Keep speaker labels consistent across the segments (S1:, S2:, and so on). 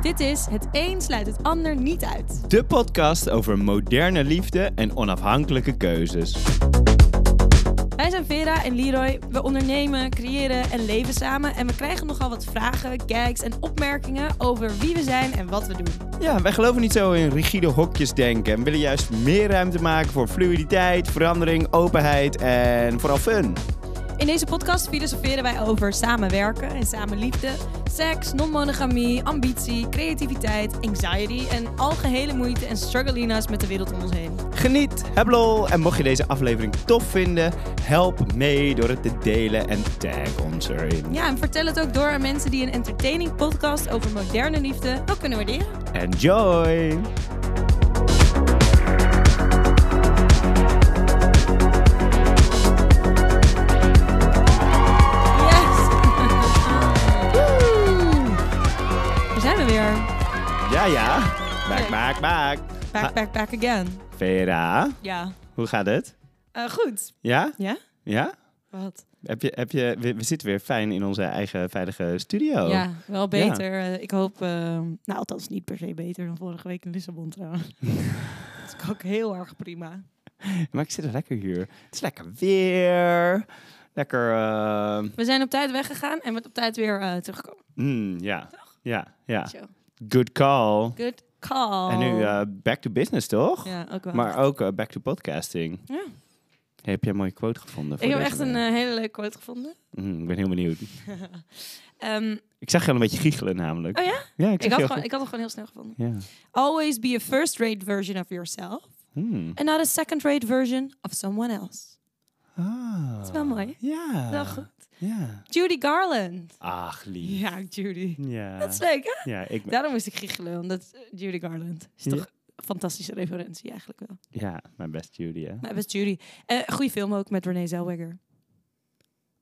S1: Dit is Het een sluit het ander niet uit.
S2: De podcast over moderne liefde en onafhankelijke keuzes.
S1: Wij zijn Vera en Leroy. We ondernemen, creëren en leven samen. En we krijgen nogal wat vragen, gags en opmerkingen over wie we zijn en wat we doen.
S2: Ja, wij geloven niet zo in rigide hokjes denken en willen juist meer ruimte maken voor fluiditeit, verandering, openheid en vooral fun.
S1: In deze podcast filosoferen wij over samenwerken en samenliefde, seks, non-monogamie, ambitie, creativiteit, anxiety en algehele moeite en struggleina's met de wereld om ons heen.
S2: Geniet, heb lol en mocht je deze aflevering tof vinden, help mee door het te delen en tag ons erin.
S1: Ja, en vertel het ook door aan mensen die een entertaining podcast over moderne liefde ook kunnen waarderen.
S2: Enjoy!
S1: Yes! Daar zijn we weer.
S2: Ja, ja. Maak,
S1: Leuk.
S2: maak, maak.
S1: Back, back, back again.
S2: Vera,
S1: Ja.
S2: hoe gaat het?
S1: Eh, goed.
S2: Ja?
S1: Ja?
S2: Ja?
S1: Wat?
S2: Heb je, heb je, we, we zitten weer fijn in onze eigen veilige studio.
S1: Ja, wel beter. Eh, Ik hoop, eh, nou althans niet per se beter dan vorige week in Lissabon trouwens. Dat is ook heel erg prima.
S2: Maar ik zit er lekker hier. Het is lekker weer. Lekker. eh,
S1: We zijn op tijd weggegaan en met op tijd weer eh, teruggekomen.
S2: mm, ja. ja, ja.
S1: Zo.
S2: Good call.
S1: Good call.
S2: Ah. En nu eh, back to business, toch?
S1: Oh. Ja, ook wel.
S2: Maar ook eh, back to podcasting.
S1: Ja.
S2: Hey, heb jij een mooie quote gevonden? voor
S1: ik heb
S2: deze
S1: echt een
S2: week?
S1: eh, hele leuke quote gevonden.
S2: Mm, ik ben heel benieuwd.
S1: Ehm,
S2: Ik zag je al een beetje giechelen namelijk.
S1: oh ja?
S2: Ja, ik
S1: Ik had,
S2: zag je al
S1: gewoon, ik had hem gewoon heel snel gevonden.
S2: goed. Ja.
S1: Always be a first-rate version of yourself.
S2: Hmm.
S1: En not a second-rate version of someone else.
S2: Ah.
S1: is wel mooi.
S2: Ja.
S1: Wel goed.
S2: Ja.
S1: Judy Garland.
S2: Ach, lief.
S1: Ja, Judy.
S2: Ja.
S1: Dat is leuk, hè?
S2: Ja, ik,
S1: Daarom moest ik giechelen, omdat eh, Judy Garland is
S2: Ja.
S1: toch een fantastische referentie eigenlijk wel.
S2: ja, mijn best Judy, hè.
S1: Maar best Judy. Eh goede film ook met Renee Zellweger.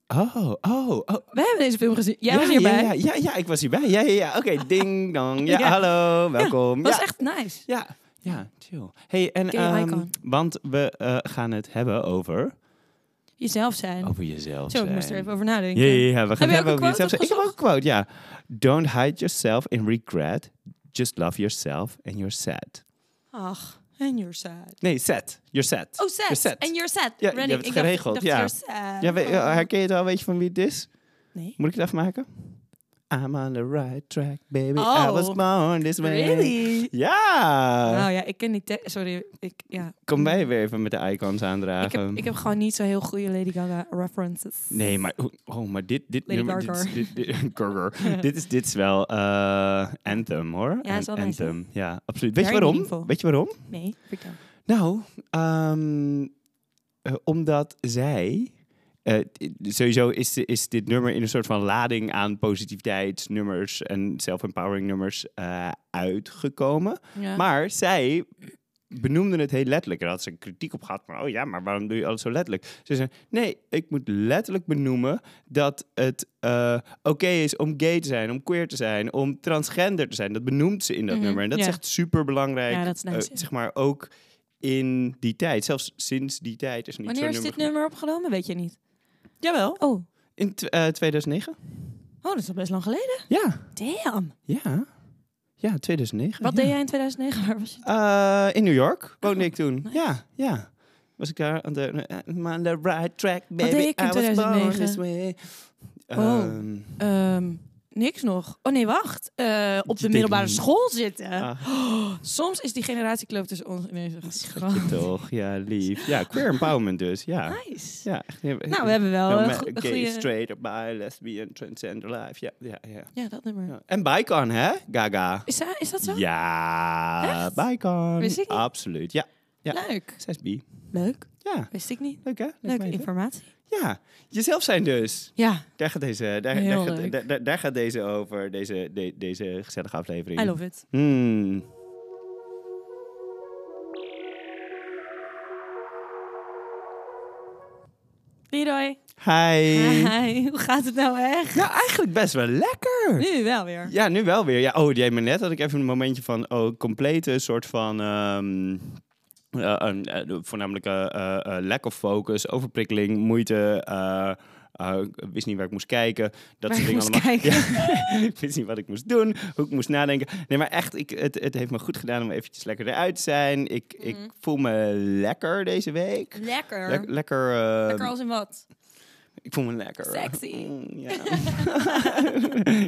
S2: Oh, oh, oh.
S1: We hebben deze film gezien. Jij
S2: ja,
S1: was hierbij.
S2: Ja, ja, ja, ja, ik was hierbij. Ja, ja, ja. Oké, ding dong. Ja,
S1: Ja.
S2: hallo, welkom.
S1: Was
S2: ja.
S1: echt nice.
S2: ja, ja, chill. Hey, en,
S1: Ken je
S2: ehm,
S1: Icon?
S2: want we eh, gaan het hebben over...
S1: Jezelf zijn.
S2: Over jezelf
S1: Zo, ik
S2: Oh, zijn.
S1: moest er even over nadenken.
S2: Ja, ja, ja, we gaan
S1: je
S2: het
S1: ook een
S2: hebben over
S1: quote
S2: jezelf zijn. Ik heb ook een
S1: opgezocht?
S2: quote, ja. Don't hide yourself in regret. Just love yourself and you're sad.
S1: Ach, and you're sad.
S2: Nee, sad. You're sad.
S1: Oh, sad.
S2: You're sad.
S1: And you're sad.
S2: Ja, je
S1: Renee,
S2: hebt het
S1: ik dacht-
S2: geregeld,
S1: dacht,
S2: ja.
S1: You're sad.
S2: ja, we- eh,
S1: Oh.
S2: herken je het al? Weet je van wie het is?
S1: Nee.
S2: Moet ik het afmaken? I'm on the right track, baby. I
S1: Oh,
S2: was born this way.
S1: Really?
S2: Ja!
S1: Nou ja, ik ken die... te- Sorry, ik... Ja.
S2: Kom wij weer even met de icons
S1: mm. Ik
S2: aandragen.
S1: heb, ik heb gewoon niet zo heel goede Lady Gaga references.
S2: Nee, maar, oh, oh, maar dit, dit
S1: Lady
S2: nummer... Dit, is-
S1: Gaga.
S2: dit, dit, Gaga. dit, is, dit is wel eh, Anthem, hoor.
S1: Ja, is wel
S2: An-
S1: nice, hè?
S2: Anthem, ja, absoluut. Weet je
S1: Very
S2: waarom?
S1: meaningful.
S2: Weet je waarom?
S1: Nee, vertel.
S2: Nou, ehm, eh, omdat zij... eh, t- sowieso is, di- is dit nummer in een soort van lading aan positiviteitsnummers en self-empowering nummers eh, uitgekomen.
S1: Ja.
S2: Maar zij benoemden het heel letterlijk. En daar had ze een kritiek op gehad. Maar oh ja, maar waarom doe je alles zo letterlijk? Ze zei, nee, ik moet letterlijk benoemen dat het eh, oké is om gay te zijn, om queer te zijn, om transgender te zijn. Dat benoemt ze in dat
S1: Mhm,
S2: nummer. En dat
S1: ja.
S2: is echt super belangrijk.
S1: Ja, dat is nice, ja.
S2: zeg maar ook in die tijd. Zelfs sinds die tijd is er niet
S1: Wanneer is
S2: zo'n
S1: dit
S2: nummer.
S1: nummer opgenomen? Weet je niet.
S2: Jawel.
S1: Oh, oh
S2: In tw- eh, 2009?
S1: dat is al best lang geleden.
S2: Ja.
S1: Damn.
S2: Ja. Ja, 2009.
S1: Wat
S2: ja.
S1: deed jij in 2009? Waar was je?
S2: Eh, in New York woonde ik toen.
S1: Oh, nice.
S2: Ja, ja. Was ik daar aan de... eh, I'm on the right track, baby.
S1: deed ik in
S2: I was born
S1: 2009?
S2: this way.
S1: Wow.
S2: Ehm,
S1: Ehm, niks nog. Oh nee, wacht. Eh, op de
S2: Ik
S1: middelbare
S2: denk-
S1: school zitten. Oh,
S2: ah,
S1: Soms is die generatiekloof tussen ons ineens echt
S2: schatje
S1: gewoon-
S2: toch. Ja, lief. Ja, queer empowerment dus. Ja.
S1: Nice.
S2: ja echt, heel-
S1: Nou, we hebben wel
S2: No
S1: een
S2: ma-
S1: go- een
S2: gay,
S1: goede...
S2: straight, bi, lesbian, transgender life. Ja, ja, ja.
S1: Ja, dat nummer.
S2: ja. En Bicon, hè? Gaga.
S1: Is, dat, is dat zo?
S2: Ja,
S1: Echt?
S2: Bicon.
S1: Wist ik niet.
S2: Absoluut. Ja, ja.
S1: Leuk.
S2: 6B.
S1: Leuk.
S2: Ja,
S1: Wist ik niet.
S2: leuk hè? Leuk
S1: Leuke
S2: meisje.
S1: informatie.
S2: Ja, jezelf zijn dus.
S1: Ja,
S2: Daar gaat deze, daar, daar,
S1: Heel
S2: gaat-
S1: leuk.
S2: daar, daar- daar gaat deze over, deze, de- deze gezellige aflevering.
S1: I love it.
S2: Hmm.
S1: Leroy.
S2: Hi.
S1: Hi. Hoe gaat het nou echt?
S2: Nou, eigenlijk best wel lekker.
S1: Nu wel weer.
S2: Ja, nu wel weer. Ja, oh, jij me net had ik even een momentje van, oh, complete soort van... ehm, eh, eh, eh, voornamelijk eh, eh, eh, lack of focus, overprikkeling, moeite, eh, eh, ik wist niet waar ik moest kijken. Dat
S1: Waar
S2: soort
S1: je
S2: dingen
S1: moest
S2: allemaal. Ja, ik wist niet wat ik moest doen, hoe ik moest nadenken. Nee, maar echt, ik, het, het heeft me goed gedaan om eventjes lekker eruit te zijn. Ik, ik
S1: Mhm.
S2: voel me lekker deze week.
S1: Lekker.
S2: Lek-
S1: Lekker,
S2: lekker, eh,
S1: als in wat?
S2: ik voel me lekker.
S1: Sexy.
S2: Mm, ja.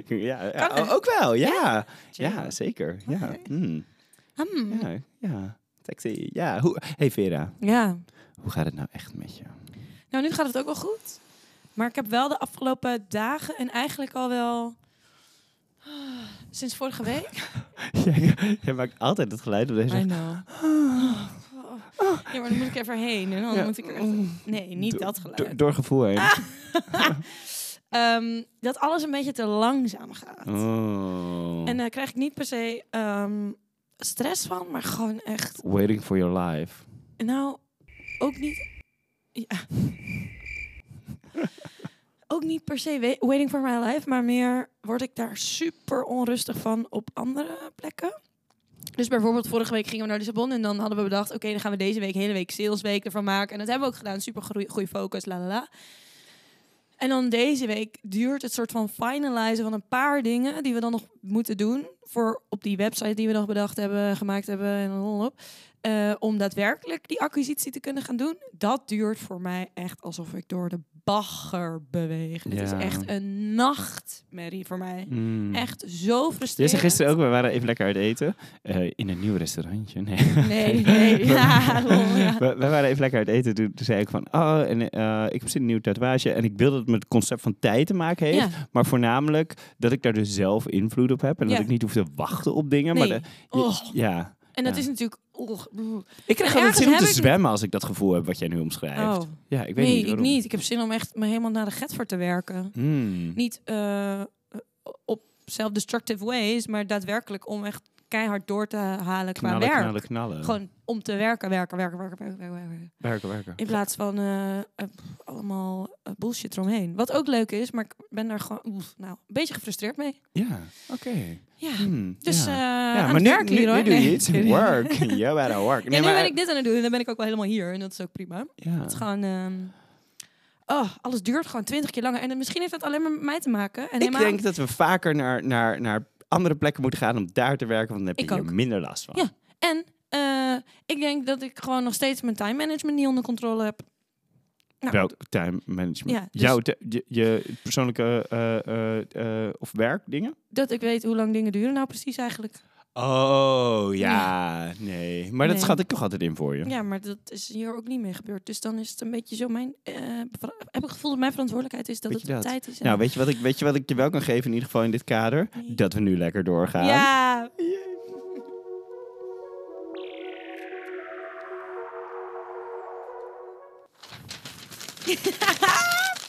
S2: ja, ja,
S1: Kan
S2: o- ook wel, ja.
S1: Chill.
S2: Ja, zeker. Ja.
S1: Oké.
S2: mm.
S1: Hmm.
S2: ja, ja. Sexy, ja. Hoe, hey Vera,
S1: Ja.
S2: hoe gaat het nou echt met je?
S1: Nou, nu gaat het ook wel goed. Maar ik heb wel de afgelopen dagen en eigenlijk al wel... Ah, Sinds vorige week?
S2: Jij, jij maakt altijd het geluid op deze.
S1: know. Ja, maar dan moet ik even heen. En dan
S2: Ja.
S1: Oh, moet ik er... Ah. Nee, niet
S2: Do-
S1: dat
S2: do-
S1: geluid.
S2: door gevoel heen.
S1: Ehm, dat alles een beetje te langzaam gaat.
S2: Oh.
S1: En eh, daar krijg ik niet per se ehm, stress van, maar gewoon echt...
S2: Waiting for your life.
S1: Nou, ook niet... Ja. ook niet per se we- Waiting for My Life, maar meer word ik daar super onrustig van op andere plekken. Dus bijvoorbeeld vorige week gingen we naar Lissabon en dan hadden we bedacht... oké, dan gaan we deze week, hele week salesweek ervan maken. En dat hebben we ook gedaan, super goede focus, la la la. En dan deze week duurt het soort van finalizen van een paar dingen... die we dan nog moeten doen voor op die website die we nog bedacht hebben, gemaakt hebben... en dan op. Eh, om daadwerkelijk die acquisitie te kunnen gaan doen, dat duurt voor mij echt alsof ik door de bagger beweeg. Het is
S2: Ja. Mm.
S1: echt een nachtmerrie voor mij. Echt zo
S2: Jij
S1: frustrerend.
S2: zei gisteren ook, we waren even lekker uit eten. Eh, in een nieuw restaurantje. Nee,
S1: Nee, nee. Ja, lol, ja.
S2: we, we waren even lekker uit eten. Toen, toen zei ik van, oh, en, eh, ik heb zin in een nieuw tatoeage. En ik wil dat het met het concept van tijd te maken heeft.
S1: Ja.
S2: Maar voornamelijk dat ik daar dus zelf invloed op heb. En dat
S1: Ja.
S2: ik niet hoef te wachten op dingen.
S1: Nee.
S2: Maar de- je-
S1: Och.
S2: ja.
S1: En dat
S2: Ja.
S1: is natuurlijk... Och, oeh.
S2: Ik krijg
S1: En
S2: altijd
S1: ergens
S2: zin om te
S1: heb ik-
S2: zwemmen als ik dat gevoel heb wat jij nu omschrijft.
S1: Oh.
S2: Ja, ik weet
S1: Nee,
S2: niet
S1: ik
S2: waarom.
S1: niet. Ik heb zin om echt me helemaal naar de get voor te werken.
S2: Hmm.
S1: Niet eh, op self-destructive ways, maar daadwerkelijk om echt keihard door te halen qua
S2: knallen,
S1: werk.
S2: knallen, knallen.
S1: Gewoon om te werken, werken, werken, werken, werken, werken. werken.
S2: werken, werken.
S1: In plaats van eh, eh, pff, allemaal eh, bullshit eromheen. Wat ook leuk is, maar ik ben daar gewoon oef, nou, een beetje gefrustreerd mee.
S2: Ja, oké.
S1: Ja.
S2: Hmm,
S1: Dus
S2: ja.
S1: eh
S2: Ja,
S1: aan
S2: maar
S1: het
S2: nu,
S1: werk
S2: nu,
S1: hier
S2: nu
S1: hoor.
S2: doe je
S1: Nee.
S2: iets. Work. You better work.
S1: Ja,
S2: Nee,
S1: nu
S2: maar-
S1: ben ik dit aan het doen en dan ben ik ook wel helemaal hier. En dat is ook prima.
S2: Ja.
S1: Het is gewoon... ehm, oh, alles duurt gewoon twintig keer langer. En eh, misschien heeft dat alleen maar met mij te maken. En
S2: Ik
S1: helemaal-
S2: denk dat we vaker naar, naar, naar andere plekken moeten gaan om daar te werken, want dan heb
S1: Ik
S2: je
S1: ook.
S2: hier minder last van.
S1: Ja. En eh, ik denk dat ik gewoon nog steeds mijn time management niet onder controle heb. Nou,
S2: Welk time management?
S1: Ja, dus-
S2: Jouw ti- je, je persoonlijke eh, eh, eh, of werkdingen?
S1: Dat ik weet hoe lang dingen duren nou precies eigenlijk.
S2: Oh, ja. Nee. Maar dat
S1: Nee.
S2: schat ik toch altijd in voor je.
S1: Ja, maar dat is hier ook niet mee gebeurd. Dus dan is het een beetje zo mijn... eh, ver- heb ik het gevoel dat mijn verantwoordelijkheid is dat
S2: Weet
S1: het
S2: je
S1: op
S2: dat?
S1: tijd is. en-
S2: Nou, weet je, wat ik, weet je wat ik je wel kan geven in ieder geval in dit kader?
S1: Nee.
S2: Dat we nu lekker doorgaan.
S1: ja.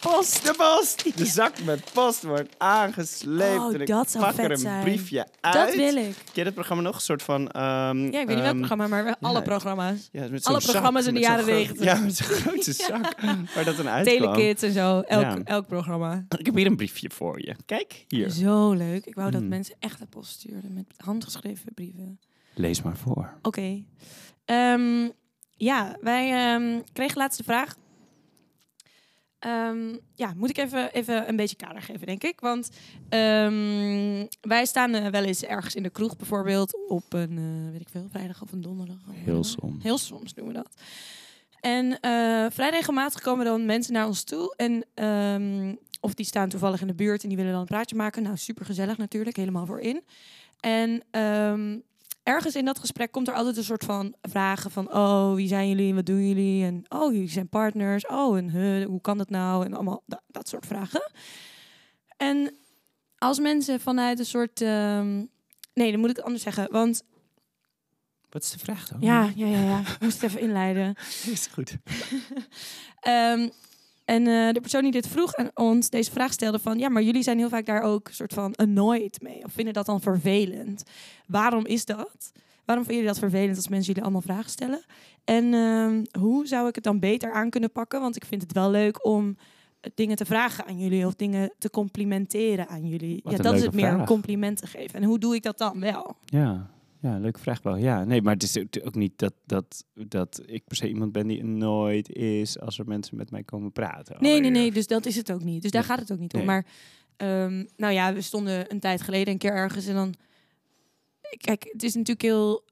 S1: Post.
S2: De post! De zak met post wordt aangesleept.
S1: Oh,
S2: en ik
S1: dat zou
S2: pak
S1: vet
S2: er een
S1: zijn.
S2: briefje uit.
S1: Dat wil ik.
S2: Ken je dat programma nog? Een soort van... ehm,
S1: Ja, ik weet niet welk programma, maar wel alle programma's.
S2: Ja, met
S1: Alle
S2: zo'n zak,
S1: programma's in de
S2: met zo'n
S1: jaren
S2: groot-
S1: 90.
S2: Ja, met zo'n grote zak waar dat dan uitkwam.
S1: Telekids en zo. Elk,
S2: Ja.
S1: elk programma.
S2: Ik heb hier een briefje voor je. Kijk, hier.
S1: Zo leuk. Ik wou dat
S2: Mm.
S1: mensen echt de post stuurden met handgeschreven brieven.
S2: Lees maar voor.
S1: Oké. Ehm, ja, wij ehm, kregen laatste vraag. Ehm, ja, moet ik even, even een beetje kader geven, denk ik. Want ehm, wij staan eh, wel eens ergens in de kroeg, bijvoorbeeld op een, eh, weet ik veel, vrijdag of een donderdag.
S2: Heel soms.
S1: Heel soms doen we dat. En eh, vrij regelmatig komen dan mensen naar ons toe. En ehm, of die staan toevallig in de buurt en die willen dan een praatje maken. Nou, super gezellig natuurlijk, helemaal voor in. En ehm, ergens in dat gesprek komt er altijd een soort van vragen van... oh, wie zijn jullie en wat doen jullie? En oh, jullie zijn partners. Oh, en huh, hoe kan dat nou? En allemaal da- dat soort vragen. En als mensen vanuit een soort... ehm, nee, dan moet ik het anders zeggen. Want
S2: Wat is de vraag dan?
S1: ja, ja, ja, ja. ik moest het even inleiden.
S2: Is goed.
S1: Ehm, en eh, de persoon die dit vroeg aan ons, deze vraag stelde van... ja, maar jullie zijn heel vaak daar ook soort van annoyed mee. Of vinden dat dan vervelend. Waarom is dat? Waarom vinden jullie dat vervelend als mensen jullie allemaal vragen stellen? En ehm, hoe zou ik het dan beter aan kunnen pakken? Want ik vind het wel leuk om eh, dingen te vragen aan jullie... of dingen te complimenteren aan jullie.
S2: Wat
S1: ja,
S2: een
S1: dat is
S2: leuke
S1: het meer,
S2: vraag.
S1: complimenten geven. En hoe doe ik dat dan wel?
S2: Ja. Ja, leuke vraag wel. Ja, nee, maar het is ook- ook niet dat, dat, dat ik per se iemand ben die er nooit is als er mensen met mij komen praten.
S1: Nee, nee,
S2: Allereerst.
S1: nee. Dus dat is het ook niet. Dus daar
S2: Nee.
S1: gaat het ook niet om.
S2: Nee.
S1: Maar ehm, nou ja, we stonden een tijd geleden een keer ergens en dan. Kijk, het is natuurlijk heel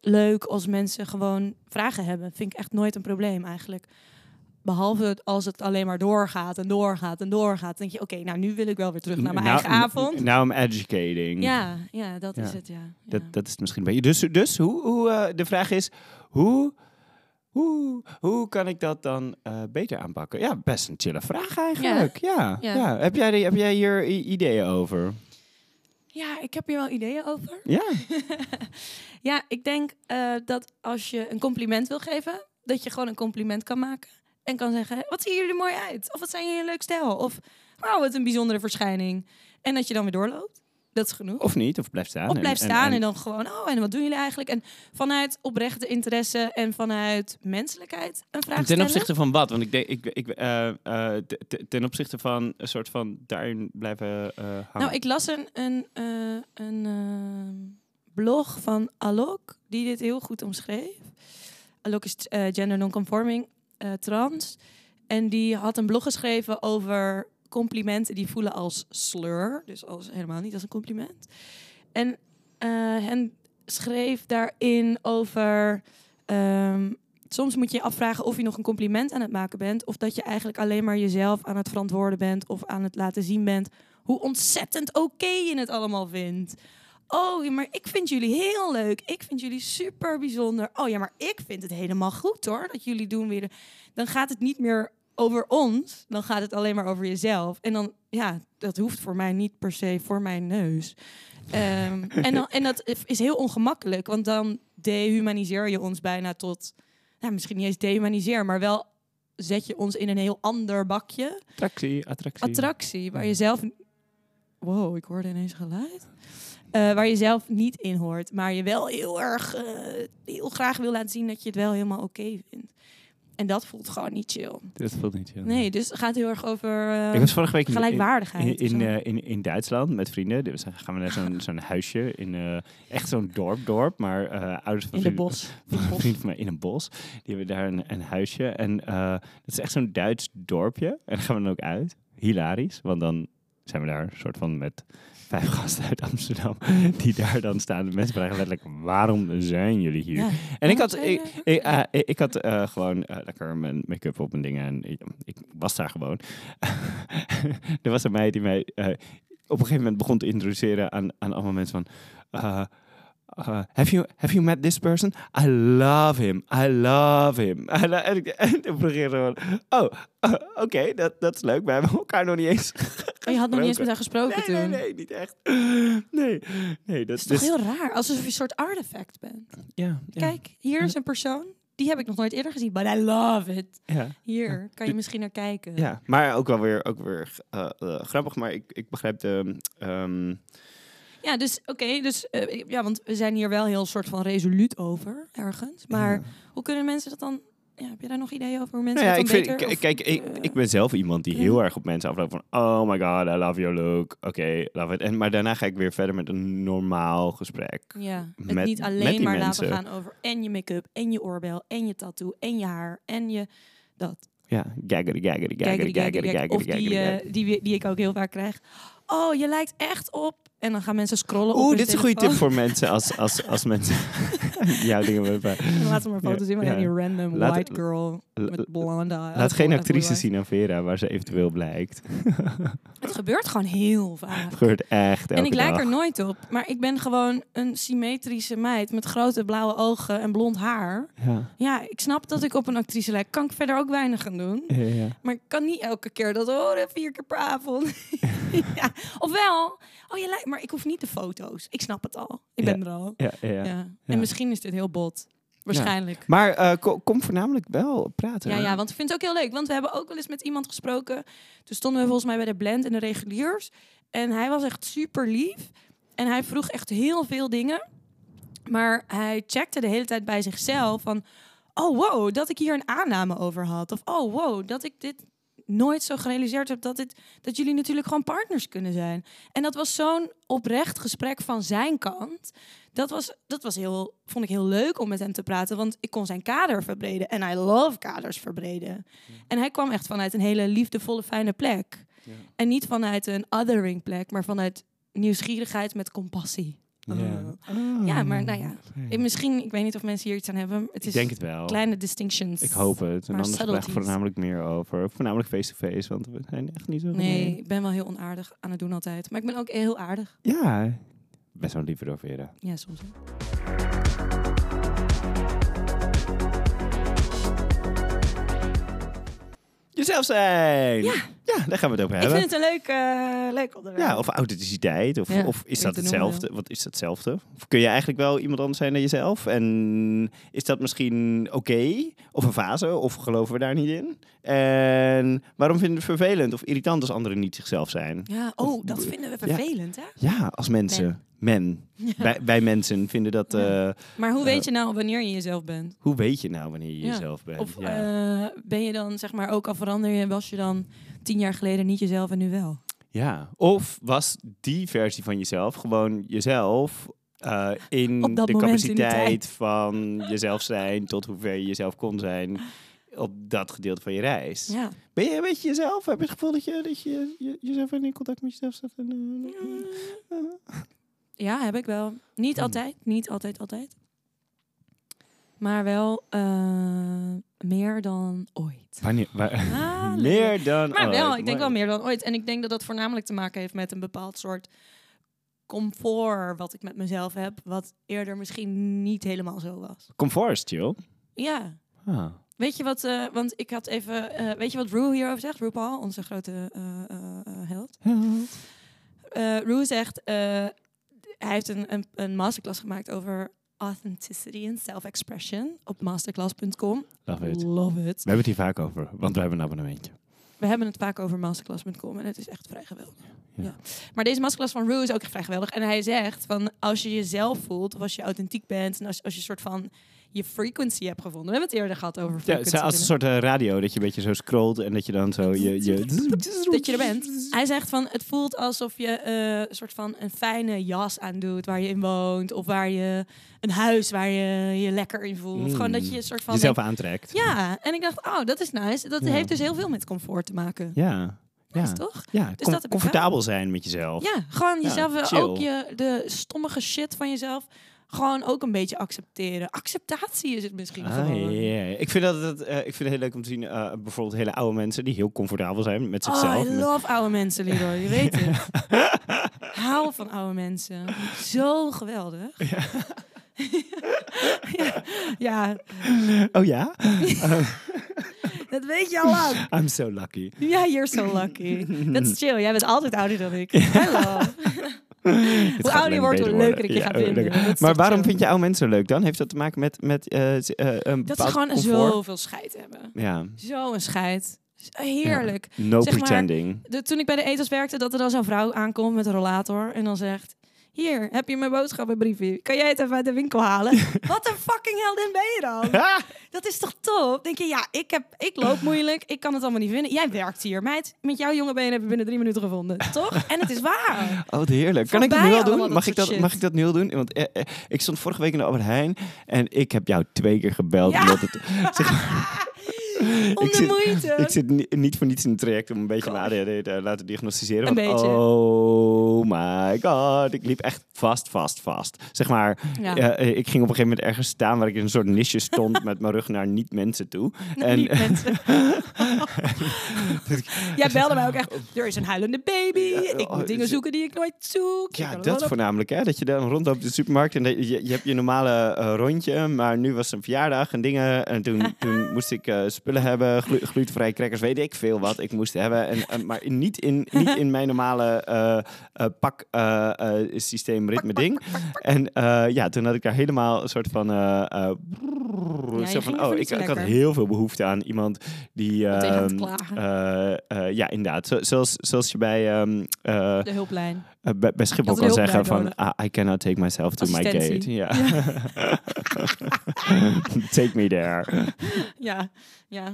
S1: leuk als mensen gewoon vragen hebben. Vind ik echt nooit een probleem eigenlijk. Behalve het- als het alleen maar doorgaat en doorgaat en doorgaat. Dan denk je, oké, nou nu wil ik wel weer terug naar mijn
S2: Nou,
S1: eigen avond.
S2: n- Nou, I'm educating.
S1: Ja, ja, dat is
S2: Ja.
S1: het, ja. ja.
S2: Dat, dat is het misschien een beetje. Dus, dus hoe, hoe, eh, de vraag is: hoe, hoe, hoe kan ik dat dan eh, beter aanpakken? Ja, best een chille vraag eigenlijk. Ja. Ja.
S1: Ja.
S2: Heb, jij, die- heb jij hier i- ideeën over?
S1: ja, ik heb hier wel ideeën over.
S2: Ja.
S1: ja, ik denk eh, dat als je een compliment wil geven, dat je gewoon een compliment kan maken. En kan zeggen, wat zien jullie er mooi uit? Of wat zijn jullie een leuk stijl? Of, wauw, wat een bijzondere verschijning. En dat je dan weer doorloopt. Dat is genoeg.
S2: Of niet, of blijf staan.
S1: Of
S2: en-
S1: blijf
S2: en-
S1: staan en,
S2: en-
S1: dan gewoon, oh, en wat doen jullie eigenlijk? En vanuit oprechte interesse en vanuit menselijkheid een vraag
S2: Ten
S1: stellen.
S2: opzichte van wat? Want ik denk, ik, ik, eh, eh, te- te- ten opzichte van een soort van daarin blijven eh hangen.
S1: Nou, ik las een, een, eh, een eh, blog van Alok die dit heel goed omschreef. Alok is eh, gender nonconforming, eh trans. En die had een blog geschreven over complimenten die voelen als slur. Dus als, helemaal niet als een compliment. En eh hen schreef daarin over... ehm, soms moet je je afvragen of je nog een compliment aan het maken bent... of dat je eigenlijk alleen maar jezelf aan het verantwoorden bent... of aan het laten zien bent hoe ontzettend oké je het allemaal vindt. Oh, ja, maar ik vind jullie heel leuk. Ik vind jullie super bijzonder. Oh ja, maar ik vind het helemaal goed hoor. Dat jullie doen weer. Dan gaat het niet meer over ons. Dan gaat het alleen maar over jezelf. En dan, ja, dat hoeft voor mij niet per se voor mijn neus. Ehm, en, dan, en dat is heel ongemakkelijk. Want dan dehumaniseer je ons bijna tot. Nou, misschien niet eens dehumaniseer, maar wel zet je ons in een heel ander bakje
S2: attractie, attractie.
S1: attractie waar je zelf. Wow, ik hoorde ineens geluid. Eh, waar je zelf niet in hoort, maar je wel heel erg eh, heel graag wil laten zien dat je het wel helemaal oké vindt. En dat voelt gewoon niet chill.
S2: Dat voelt niet, ja.
S1: Nee, dus het gaat heel erg over eh,
S2: Ik was vorige week in- in-
S1: gelijkwaardigheid.
S2: In,
S1: of zo.
S2: in, eh, in, in Duitsland met vrienden. Dus dan gaan we naar zo'n zo'n huisje in eh, echt zo'n dorp, dorp. Maar eh, ouders van
S1: in de
S2: vrienden-
S1: bos.
S2: een vriend van mij in een bos. Die hebben daar een, een huisje. En eh, dat is echt zo'n Duits dorpje. En daar gaan we dan ook uit. Hilarisch. Want dan zijn we daar soort van met vijf gasten uit Amsterdam. Die daar dan staan. De mensen vragen letterlijk, waarom zijn jullie hier?
S1: Ja.
S2: En
S1: Waarom
S2: ik had,
S1: zijn
S2: ik,
S1: we-
S2: ik, eh, ik- ik had eh, gewoon eh, lekker mijn make-up op en dingen. En ik, ik was daar gewoon. er was een meid die mij eh, op een gegeven moment begon te introduceren aan, aan allemaal mensen van... eh, eh, have, you, have you met this person? I love him. I love him. En, eh, en ik- en ik begin gewoon... Oh, eh, oké, dat, dat is leuk. We hebben elkaar nog niet eens
S1: Oh, je had nog niet eens met haar gesproken
S2: Nee,
S1: toen.
S2: nee, nee, niet echt. Nee, nee. Dat dus
S1: Het is toch heel raar, alsof je een soort artefact bent.
S2: Ja, ja,
S1: Kijk, hier is een persoon, die heb ik nog nooit eerder gezien, but I love it.
S2: ja.
S1: Hier, kan je misschien naar kijken.
S2: Ja, maar ook wel weer, ook weer eh, eh, grappig. Maar ik, ik begrijp de... ehm,
S1: Ja, dus oké, dus eh, ik- ja, want we zijn hier wel heel soort van resoluut over ergens. Maar
S2: Ja.
S1: hoe kunnen mensen dat dan? Ja, heb je daar nog ideeën over hoe
S2: nou
S1: mensen
S2: ja,
S1: dat
S2: ik
S1: dan
S2: vind,
S1: beter?
S2: k-
S1: of-
S2: kijk, ik,
S1: eh,
S2: ik ben zelf iemand die heel erg op mensen afloopt van... Oh my god, I love your look. Oké, love it. En, maar daarna ga ik weer verder met een normaal gesprek.
S1: ja, het
S2: met-
S1: niet
S2: met
S1: alleen
S2: die
S1: maar
S2: mensen.
S1: laten gaan over en je make-up en je oorbel en je tattoo en je haar en je dat.
S2: Ja, gaggery, gaggery,
S1: Kijken
S2: gaggery, gaggery,
S1: Of die,
S2: gaggery, gaggery,
S1: eh,
S2: gaggery.
S1: die, we- die ik ook heel vaak krijg. Oh, je lijkt echt op. En dan gaan mensen scrollen op
S2: Oeh,
S1: hun
S2: dit is een goede tip
S1: telefoon.
S2: voor mensen als, als, als mensen jouw dingen willen bij-
S1: Laat ze maar foto's
S2: Ja,
S1: zien van
S2: ja.
S1: die random
S2: Laat-
S1: white girl met blonde.
S2: Laat geen actrice zien aan Vera waar ze eventueel blijkt.
S1: Het gebeurt gewoon heel vaak.
S2: Het gebeurt echt elke
S1: En ik lijk
S2: dag.
S1: er nooit op, maar ik ben gewoon een symmetrische meid met grote blauwe ogen en blond haar.
S2: Ja,
S1: Ja, ik snap dat ik op een actrice lijk. Kan ik verder ook weinig gaan doen.
S2: ja, ja.
S1: Maar ik kan niet elke keer dat, oh, dat vier keer per avond. ja. Ofwel, oh, je lijkt, maar ik hoef niet de foto's. Ik snap het al. Ik ben
S2: Ja.
S1: er al.
S2: ja, ja, ja.
S1: Ja.
S2: Ja.
S1: En misschien is dit heel bot. Waarschijnlijk.
S2: Maar eh, ko- kom voornamelijk wel praten.
S1: Ja, ja, want ik vind het ook heel leuk. Want we hebben ook wel eens met iemand gesproken. Toen stonden we volgens mij bij de blend en de reguliers. En hij was echt super lief. En hij vroeg echt heel veel dingen. Maar hij checkte de hele tijd bij zichzelf van... Oh, wow, dat ik hier een aanname over had. Of oh, wow, dat ik dit nooit zo gerealiseerd heb dat, dit, dat jullie natuurlijk gewoon partners kunnen zijn. En dat was zo'n oprecht gesprek van zijn kant. Dat, was, dat was heel, vond ik heel leuk om met hem te praten, want ik kon zijn kader verbreden. En I love kaders verbreden. En hij kwam echt vanuit een hele liefdevolle, fijne plek.
S2: Ja.
S1: En niet vanuit een othering plek, maar vanuit nieuwsgierigheid met compassie. Oh. Ja, maar nou ja. Ik- misschien, ik weet niet of mensen hier iets aan hebben. Het
S2: Ik
S1: is
S2: denk het wel.
S1: kleine distinctions.
S2: Ik hoop het. En
S1: Maar
S2: anders krijgen we
S1: subtleties.
S2: voornamelijk meer over. Voornamelijk face-to-face, want we zijn echt niet zo
S1: Nee,
S2: gemeen.
S1: ik ben wel heel onaardig aan het doen altijd. Maar ik ben ook heel aardig.
S2: Ja, best wel liever door Vera.
S1: Ja, soms wel.
S2: Jezelf zijn!
S1: Ja.
S2: ja, daar gaan we het over
S1: Ik
S2: hebben.
S1: vind het een leuk, eh, leuk onderwerp.
S2: Ja, of authenticiteit. Of,
S1: Ja,
S2: of is
S1: ik
S2: dat
S1: te noemen,
S2: hetzelfde? Wat is dat hetzelfde? Of kun je eigenlijk wel iemand anders zijn dan jezelf? En is dat misschien oké? Of een fase? Of geloven we daar niet in? En waarom vinden we het vervelend of irritant als anderen niet zichzelf zijn?
S1: Ja,
S2: Of-
S1: oh, dat vinden we vervelend, hè?
S2: Ja, als mensen. Men. Wij, wij mensen vinden dat...
S1: Ja.
S2: eh,
S1: Maar hoe
S2: Eh.
S1: weet je nou wanneer je jezelf bent?
S2: hoe weet je nou wanneer je
S1: Ja.
S2: jezelf bent?
S1: Of
S2: ja.
S1: eh, ben je dan, zeg maar, ook al verander je, was je dan tien jaar geleden niet jezelf en nu wel?
S2: ja. Of was die versie van jezelf gewoon jezelf... eh, in
S1: Op dat
S2: de
S1: moment in die
S2: capaciteit
S1: tijd.
S2: van jezelf zijn, tot hoever je jezelf kon zijn op dat gedeelte van je reis.
S1: Ja.
S2: Ben je een beetje jezelf? Heb je het gevoel dat je, dat je, je- jezelf in contact met jezelf staat? En, eh,
S1: Ja, heb ik wel. Niet
S2: Hmm.
S1: altijd, niet altijd, altijd. Maar wel eh, meer dan ooit.
S2: Wanneer, waar-
S1: Ah, leuk.
S2: meer dan oh,
S1: Maar wel,
S2: ooit.
S1: ik denk wel
S2: Mooi.
S1: meer dan ooit. En ik denk dat dat voornamelijk te maken heeft met een bepaald soort comfort wat ik met mezelf heb, wat eerder misschien niet helemaal zo was.
S2: Comfort is chill.
S1: Ja.
S2: Ah.
S1: Weet je wat, eh, want ik had even, eh, weet je wat Rue hierover zegt? RuPaul, onze grote eh, eh, eh, held. Eh Rue zegt, eh, hij heeft een, een, een masterclass gemaakt over authenticity en self-expression op masterclass.com.
S2: Love it. We
S1: Love it.
S2: hebben het hier vaak over, want we hebben een abonnementje.
S1: We hebben het vaak over masterclass.com en het is echt vrij geweldig.
S2: Ja.
S1: Ja. Maar deze masterclass van Rue is ook echt vrij geweldig. En hij zegt van als je jezelf voelt, of als je authentiek bent en als, als je een soort van je frequency hebt gevonden. We hebben het eerder gehad over
S2: Ja, het is
S1: frequency.
S2: als een soort eh, radio, dat je een beetje zo scrolt en dat je dan zo je... je
S1: dat je er bent. Hij zegt van het voelt alsof je eh, een soort van een fijne jas aandoet waar je in woont. Of waar je een huis waar je je lekker in voelt.
S2: Mm.
S1: Gewoon dat je een soort van.
S2: Jezelf
S1: denkt,
S2: aantrekt.
S1: ja, en ik dacht, oh, dat is nice. Dat
S2: Ja.
S1: heeft dus heel veel met comfort te maken.
S2: Ja.
S1: Nice,
S2: Ja.
S1: toch?
S2: Ja,
S1: Dus
S2: com-
S1: dat heb ik
S2: comfortabel zijn met jezelf.
S1: Ja, gewoon
S2: Ja,
S1: jezelf eh,
S2: chill.
S1: ook je, de stommige shit van jezelf gewoon ook een beetje accepteren. Acceptatie is het misschien
S2: Ah, ja,
S1: gewoon.
S2: ja, ja. Ik, vind dat, het, eh, ik vind het heel leuk om te zien, eh, bijvoorbeeld hele oude mensen die heel comfortabel zijn met zichzelf.
S1: Oh, I
S2: Met-
S1: love oude mensen, Leroy. Je weet het. Ik Hou van oude mensen. Zo geweldig. Ja, ja,
S2: Oh ja?
S1: dat weet je al lang.
S2: I'm so lucky.
S1: Ja, you're so lucky. Dat is chill. Jij bent altijd ouder dan ik. Hello.
S2: Het
S1: Hoe ouder
S2: gaat
S1: je
S2: alleen
S1: wordt, hoe
S2: beter
S1: leuker
S2: worden.
S1: ik je
S2: Ja,
S1: ga
S2: hoe
S1: vinden.
S2: leuker.
S1: Dat is
S2: Maar
S1: toch
S2: waarom
S1: chill?
S2: vind je oude mensen leuk dan? Heeft dat te maken met, met eh, z- eh, een
S1: Dat ze
S2: bepaald
S1: gewoon
S2: comfort?
S1: zoveel scheid hebben.
S2: Ja,
S1: Zo'n scheid. Heerlijk.
S2: no
S1: Zeg maar-
S2: pretending.
S1: de, toen ik bij de etels werkte, dat er dan zo'n vrouw aankomt met een rollator en dan zegt... Hier, heb je mijn boodschappenbriefje? Kan jij het even uit de winkel halen? Wat een fucking heldin ben je dan? Dat is toch top? Denk je, ja, ik, heb, ik loop moeilijk. Ik kan het allemaal niet vinden. Jij werkt hier, meid. Met jouw jonge benen hebben we binnen drie minuten gevonden. Toch? En het is waar.
S2: Oh, wat heerlijk. Kan ik dat
S1: Voorbij
S2: nu al
S1: allemaal dat
S2: doen? Mag ik
S1: soort
S2: dat,
S1: shit.
S2: mag ik dat nu al doen? Want eh, eh, ik stond vorige week in de Albert Heijn en ik heb jou twee keer gebeld.
S1: Ja.
S2: Omdat het,
S1: Om
S2: Ik
S1: de
S2: zit-
S1: moeite.
S2: ik zit ni- niet voor niets in het traject om een beetje mijn
S1: Gosh.
S2: ADHD te laten diagnosticeren.
S1: Een
S2: want,
S1: beetje.
S2: Oh my god. Ik liep echt vast, vast, vast. Zeg maar,
S1: Ja.
S2: eh, eh, ik ging op een gegeven moment ergens staan waar ik in een soort nisje stond met mijn rug naar niet-mensen toe. En,
S1: Niet mensen. Jij belde mij ook echt. Er is een huilende baby. Ik
S2: oh,
S1: moet dingen
S2: is-
S1: zoeken die ik nooit zoek.
S2: Ja,
S1: Ik-
S2: dat voornamelijk. Hè? Dat je dan rondloopt in de supermarkt en dat je, je hebt je normale eh, rondje, maar nu was het een verjaardag en dingen. En toen, toen moest ik eh, spullen hebben, glu glutenvrije crackers, weet ik veel wat ik moest hebben. En, en- maar niet in, niet in mijn normale eh, eh, pak eh, eh, systeem ritme ding. En eh, ja, toen had ik daar helemaal een soort van... eh, eh, brrrr,
S1: Ja, je
S2: zo
S1: ging
S2: van
S1: even
S2: oh,
S1: niet
S2: ik,
S1: zo
S2: ik had
S1: lekker.
S2: heel veel behoefte aan iemand die...
S1: Om tegen hem te
S2: ehm,
S1: klagen.
S2: eh, eh, ja, inderdaad. Zo- zoals, zoals je bij... ehm, eh,
S1: De hulplijn.
S2: eh, bij, bij
S1: Dat
S2: Schiphol
S1: is
S2: kan
S1: heel
S2: zeggen
S1: blij
S2: van, "Ah, I cannot take myself to my
S1: Assistentie.
S2: gate. Ja. take me there.
S1: Ja, ja.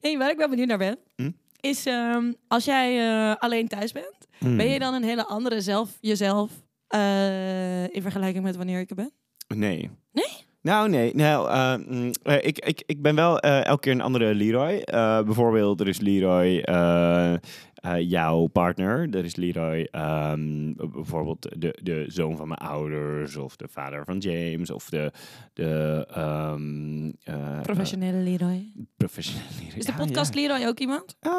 S1: hey, waar ik wel benieuwd naar ben,
S2: Hm?
S1: is ehm, als jij eh, alleen thuis bent,
S2: Hmm.
S1: ben
S2: Hm.
S1: je dan een hele andere zelf, jezelf eh, in vergelijking met wanneer ik er ben?
S2: Nee. Nee? Nou, nee. Nou, eh, mm, eh, ik, ik, ik ben wel eh, elke keer een andere Leroy. Eh, bijvoorbeeld, er is Leroy, eh, eh, jouw partner. Er is Leroy, ehm, bijvoorbeeld de, de zoon van mijn ouders. Of de vader van James. Of de... de ehm, eh,
S1: Professionele Leroy.
S2: eh, professionele Leroy.
S1: Is de
S2: Ja,
S1: podcast
S2: ja.
S1: Leroy ook iemand?
S2: Eh,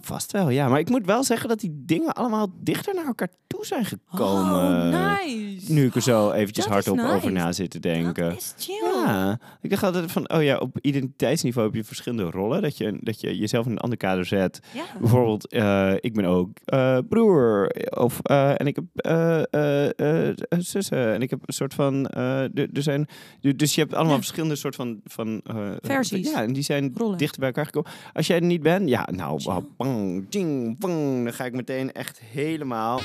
S2: vast wel, ja. Maar ik moet wel zeggen dat die dingen allemaal dichter naar elkaar toe zijn gekomen.
S1: Oh, nice.
S2: Nu ik er zo eventjes
S1: Dat is
S2: hardop
S1: nice.
S2: over na zit te denken.
S1: Dat is chill.
S2: Ja, ik dacht altijd van, oh ja, op identiteitsniveau heb je verschillende rollen. Dat je, dat je jezelf in een ander kader zet.
S1: Ja.
S2: Bijvoorbeeld, eh, ik ben ook eh, broer. Of, eh, en ik heb eh, eh, eh, zussen. En ik heb een soort van, eh, d- er zijn, d- dus je hebt allemaal
S1: Ja.
S2: verschillende soort van... van eh,
S1: Versies.
S2: Ja, en die zijn
S1: Rollen.
S2: dichter bij elkaar gekomen. Als jij er niet bent, ja, nou,
S1: Chill.
S2: bang, ding, bang. Dan ga ik meteen echt helemaal...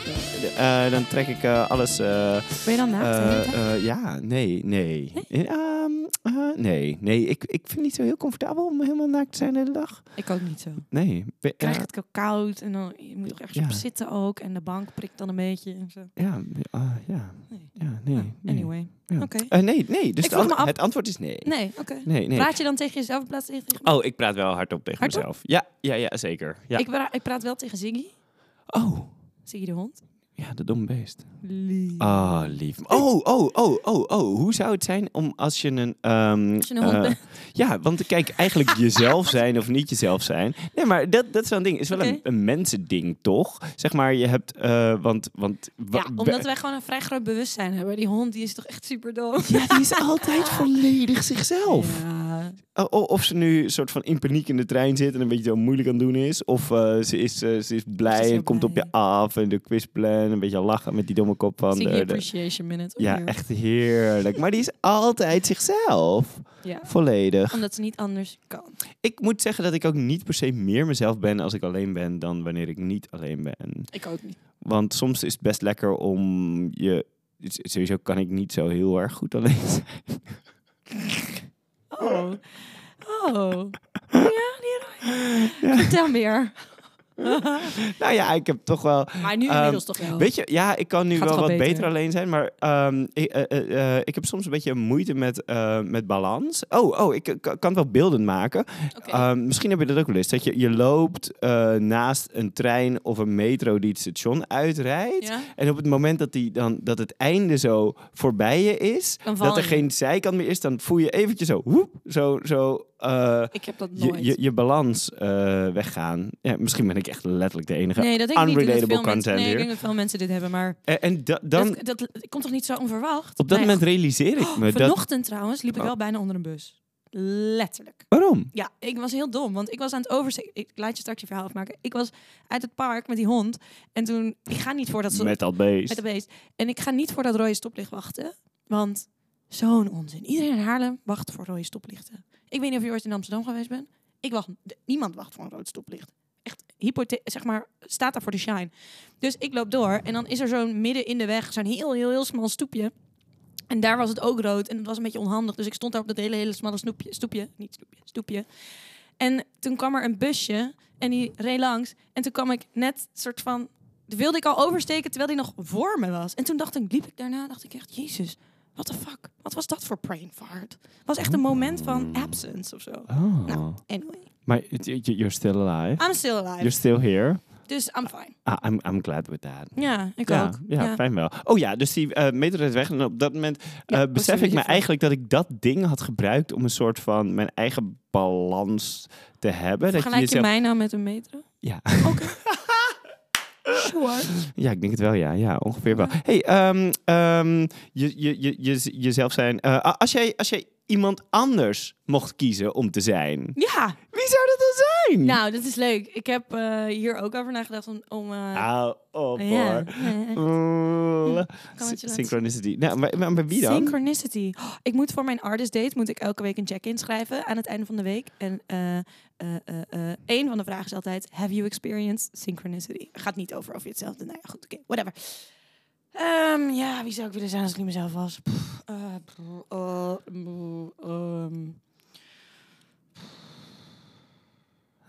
S2: eh, dan trek ik eh, alles... eh,
S1: Ben je dan naakt? de hele
S2: eh,
S1: tijd?
S2: eh, ja, nee, nee. Eh, ehm, eh, nee, nee. Ik, ik vind het niet zo heel comfortabel om helemaal naakt te zijn de hele dag.
S1: ik ook niet zo.
S2: Nee. Be-
S1: krijg
S2: eh,
S1: het ook koud en dan je moet er echt op
S2: Ja.
S1: zitten ook en de bank prikt dan een beetje en zo.
S2: ja, ah, ja.
S1: Nee.
S2: ja, nee.
S1: Ah,
S2: nee.
S1: anyway,
S2: Ja.
S1: oké.
S2: Eh, nee, nee. Dus
S1: Ik
S2: het,
S1: vroeg me
S2: ant-
S1: af-
S2: het antwoord is nee.
S1: Nee, oké.
S2: Nee, nee.
S1: Praat je dan tegen jezelf in plaats van tegen?
S2: Oh, ik praat wel hardop tegen
S1: Hardop?
S2: mezelf. Ja, ja, ja, zeker. Ja.
S1: Ik, pra- ik praat wel tegen Ziggy.
S2: Oh,
S1: Ziggy de hond.
S2: ja, de domme beest.
S1: Lief.
S2: Ah, lief. Oh, oh, oh, oh, oh. Hoe zou het zijn om als je een... ehm,
S1: Als je een hond
S2: eh,
S1: bent.
S2: Ja, want kijk, eigenlijk jezelf zijn of niet jezelf zijn. Nee, maar dat, dat is wel een ding. Is wel
S1: Oké.
S2: een, een mensending, toch? Zeg maar, je hebt... eh, want... want wa-
S1: Ja, omdat wij gewoon een vrij groot bewustzijn hebben. Die hond die is toch echt super doof.
S2: Ja, die is altijd volledig zichzelf.
S1: Ja.
S2: O- o- Of ze nu een soort van in paniek in de trein zit en een beetje zo moeilijk aan het doen is. Of eh, ze, is, eh, ze is blij
S1: Ze is heel
S2: en komt op je
S1: blij.
S2: af. En de quizplan, een beetje lachen met die domme kop van...
S1: Ziggy
S2: de- de-
S1: Appreciation Minute.
S2: ja,
S1: Hier.
S2: echt heerlijk. Maar die is altijd zichzelf.
S1: Ja.
S2: Volledig.
S1: Omdat ze niet anders kan.
S2: Ik moet zeggen dat ik ook niet per se meer mezelf ben als ik alleen ben dan wanneer ik niet alleen ben.
S1: Ik ook niet.
S2: Want soms is het best lekker om je. s- Sowieso kan ik niet zo heel erg goed alleen zijn.
S1: Oh. Oh. Ja, Leroy. Vertel meer.
S2: Nou ja, ik heb toch wel.
S1: Maar nu
S2: Ehm,
S1: inmiddels toch wel.
S2: Weet je, ja, ik kan nu
S1: Oh. Gaat
S2: wel
S1: toch
S2: wat
S1: wel
S2: beter.
S1: beter?
S2: alleen zijn, maar ehm, ik, eh, eh, eh, ik heb soms een beetje moeite met, eh, met balans. Oh, oh, ik eh, kan kan het wel beelden maken.
S1: Oké.
S2: Ehm, misschien heb je dat ook wel eens. Dat je, je loopt eh, naast een trein of een metro die het station uitrijdt.
S1: Ja.
S2: En op het moment dat, die dan, dat het einde zo voorbij je is,
S1: Dan val
S2: dat er
S1: je.
S2: geen zijkant meer is, dan voel je eventjes zo, woep, zo, zo eh,
S1: Ik heb dat nooit.
S2: je, je, je balans eh, weggaan. Ja, misschien ben ik echt letterlijk de enige.
S1: nee, dat denk ik niet. Ik denk dat
S2: unrelatable
S1: veel mensen,
S2: content
S1: nee, ik
S2: hier.
S1: denk dat veel mensen dit hebben, maar
S2: En, en da- dan,
S1: dat, dat komt toch niet zo onverwacht?
S2: op dat
S1: Nee,
S2: moment realiseer ik me dat...
S1: Oh,
S2: Oh.
S1: Vanochtend trouwens liep ik wel bijna onder een bus. Letterlijk.
S2: Waarom?
S1: Ja, ik was heel dom, want ik was aan het oversteken. Ik laat je straks je verhaal afmaken. Ik was uit het park met die hond en toen... Ik ga niet voor dat...
S2: Met dat beest.
S1: met de beest. En ik ga niet voor dat rode stoplicht wachten, want zo'n onzin. Iedereen in Haarlem wacht voor rode stoplichten. Ik weet niet of je ooit in Amsterdam geweest bent. Ik wacht... Niemand wacht voor een rood stoplicht. Echt hypothe... Zeg maar, staat daar voor de shine. Dus ik loop door en dan is er zo'n midden in de weg zo'n heel, heel, heel smal stoepje. En daar was het ook rood en het was een beetje onhandig. Dus ik stond daar op dat hele, hele smalle snoepje, stoepje. Niet snoepje, stoepje. En toen kwam er een busje en die reed langs. En toen kwam ik net soort van... Wilde ik al oversteken terwijl die nog voor me was. En toen dacht ik, liep ik daarna, dacht ik echt, jezus, what the fuck? Wat was dat voor brain fart? was echt een moment van absence of zo.
S2: Hmm. Oh.
S1: Nou, Ah, anyway.
S2: Maar it- it- you're still alive.
S1: I'm still alive.
S2: You're still here.
S1: Dus I'm fine.
S2: Ah, I'm, I'm glad with that.
S1: Ja, ik
S2: Ja,
S1: ook.
S2: ja, fijn wel. Oh ja, dus die eh meter is weg. En op dat moment eh,
S1: Ja, was
S2: besef
S1: er
S2: ik me
S1: liever.
S2: eigenlijk dat ik dat ding had gebruikt om een soort van mijn eigen balans te hebben. Dat
S1: Vergelijk je,
S2: jezelf-
S1: mij nou met een metro?
S2: Ja.
S1: Oké. sure.
S2: ja, ik denk het wel. Ja, ja ongeveer wel. hey, ehm, ehm, je, je, je, je, jezelf zijn. eh, a- als, jij, als jij iemand anders mocht kiezen om te zijn,
S1: Ja,
S2: wie zou dat dan zijn?
S1: nou, dat is leuk. Ik heb eh, hier ook over nagedacht om... om eh,
S2: Hou Nou, op
S1: ja,
S2: Ah, hoor.
S1: nee.
S2: Oeh.
S1: kan het je
S2: Sy-
S1: laten
S2: Synchronicity. Nou, maar, maar bij wie dan?
S1: Synchronicity. Oh, ik moet voor mijn artist date moet ik elke week een check-in schrijven aan het einde van de week. En eh eh, eh, eh, één van de vragen is altijd: Have you experienced synchronicity? Gaat niet over of je hetzelfde. Nou ja, goed, oké, whatever. Ehm, ja, wie zou ik willen zijn als ik niet mezelf was? Pff, eh, pff, eh, mm, ehm,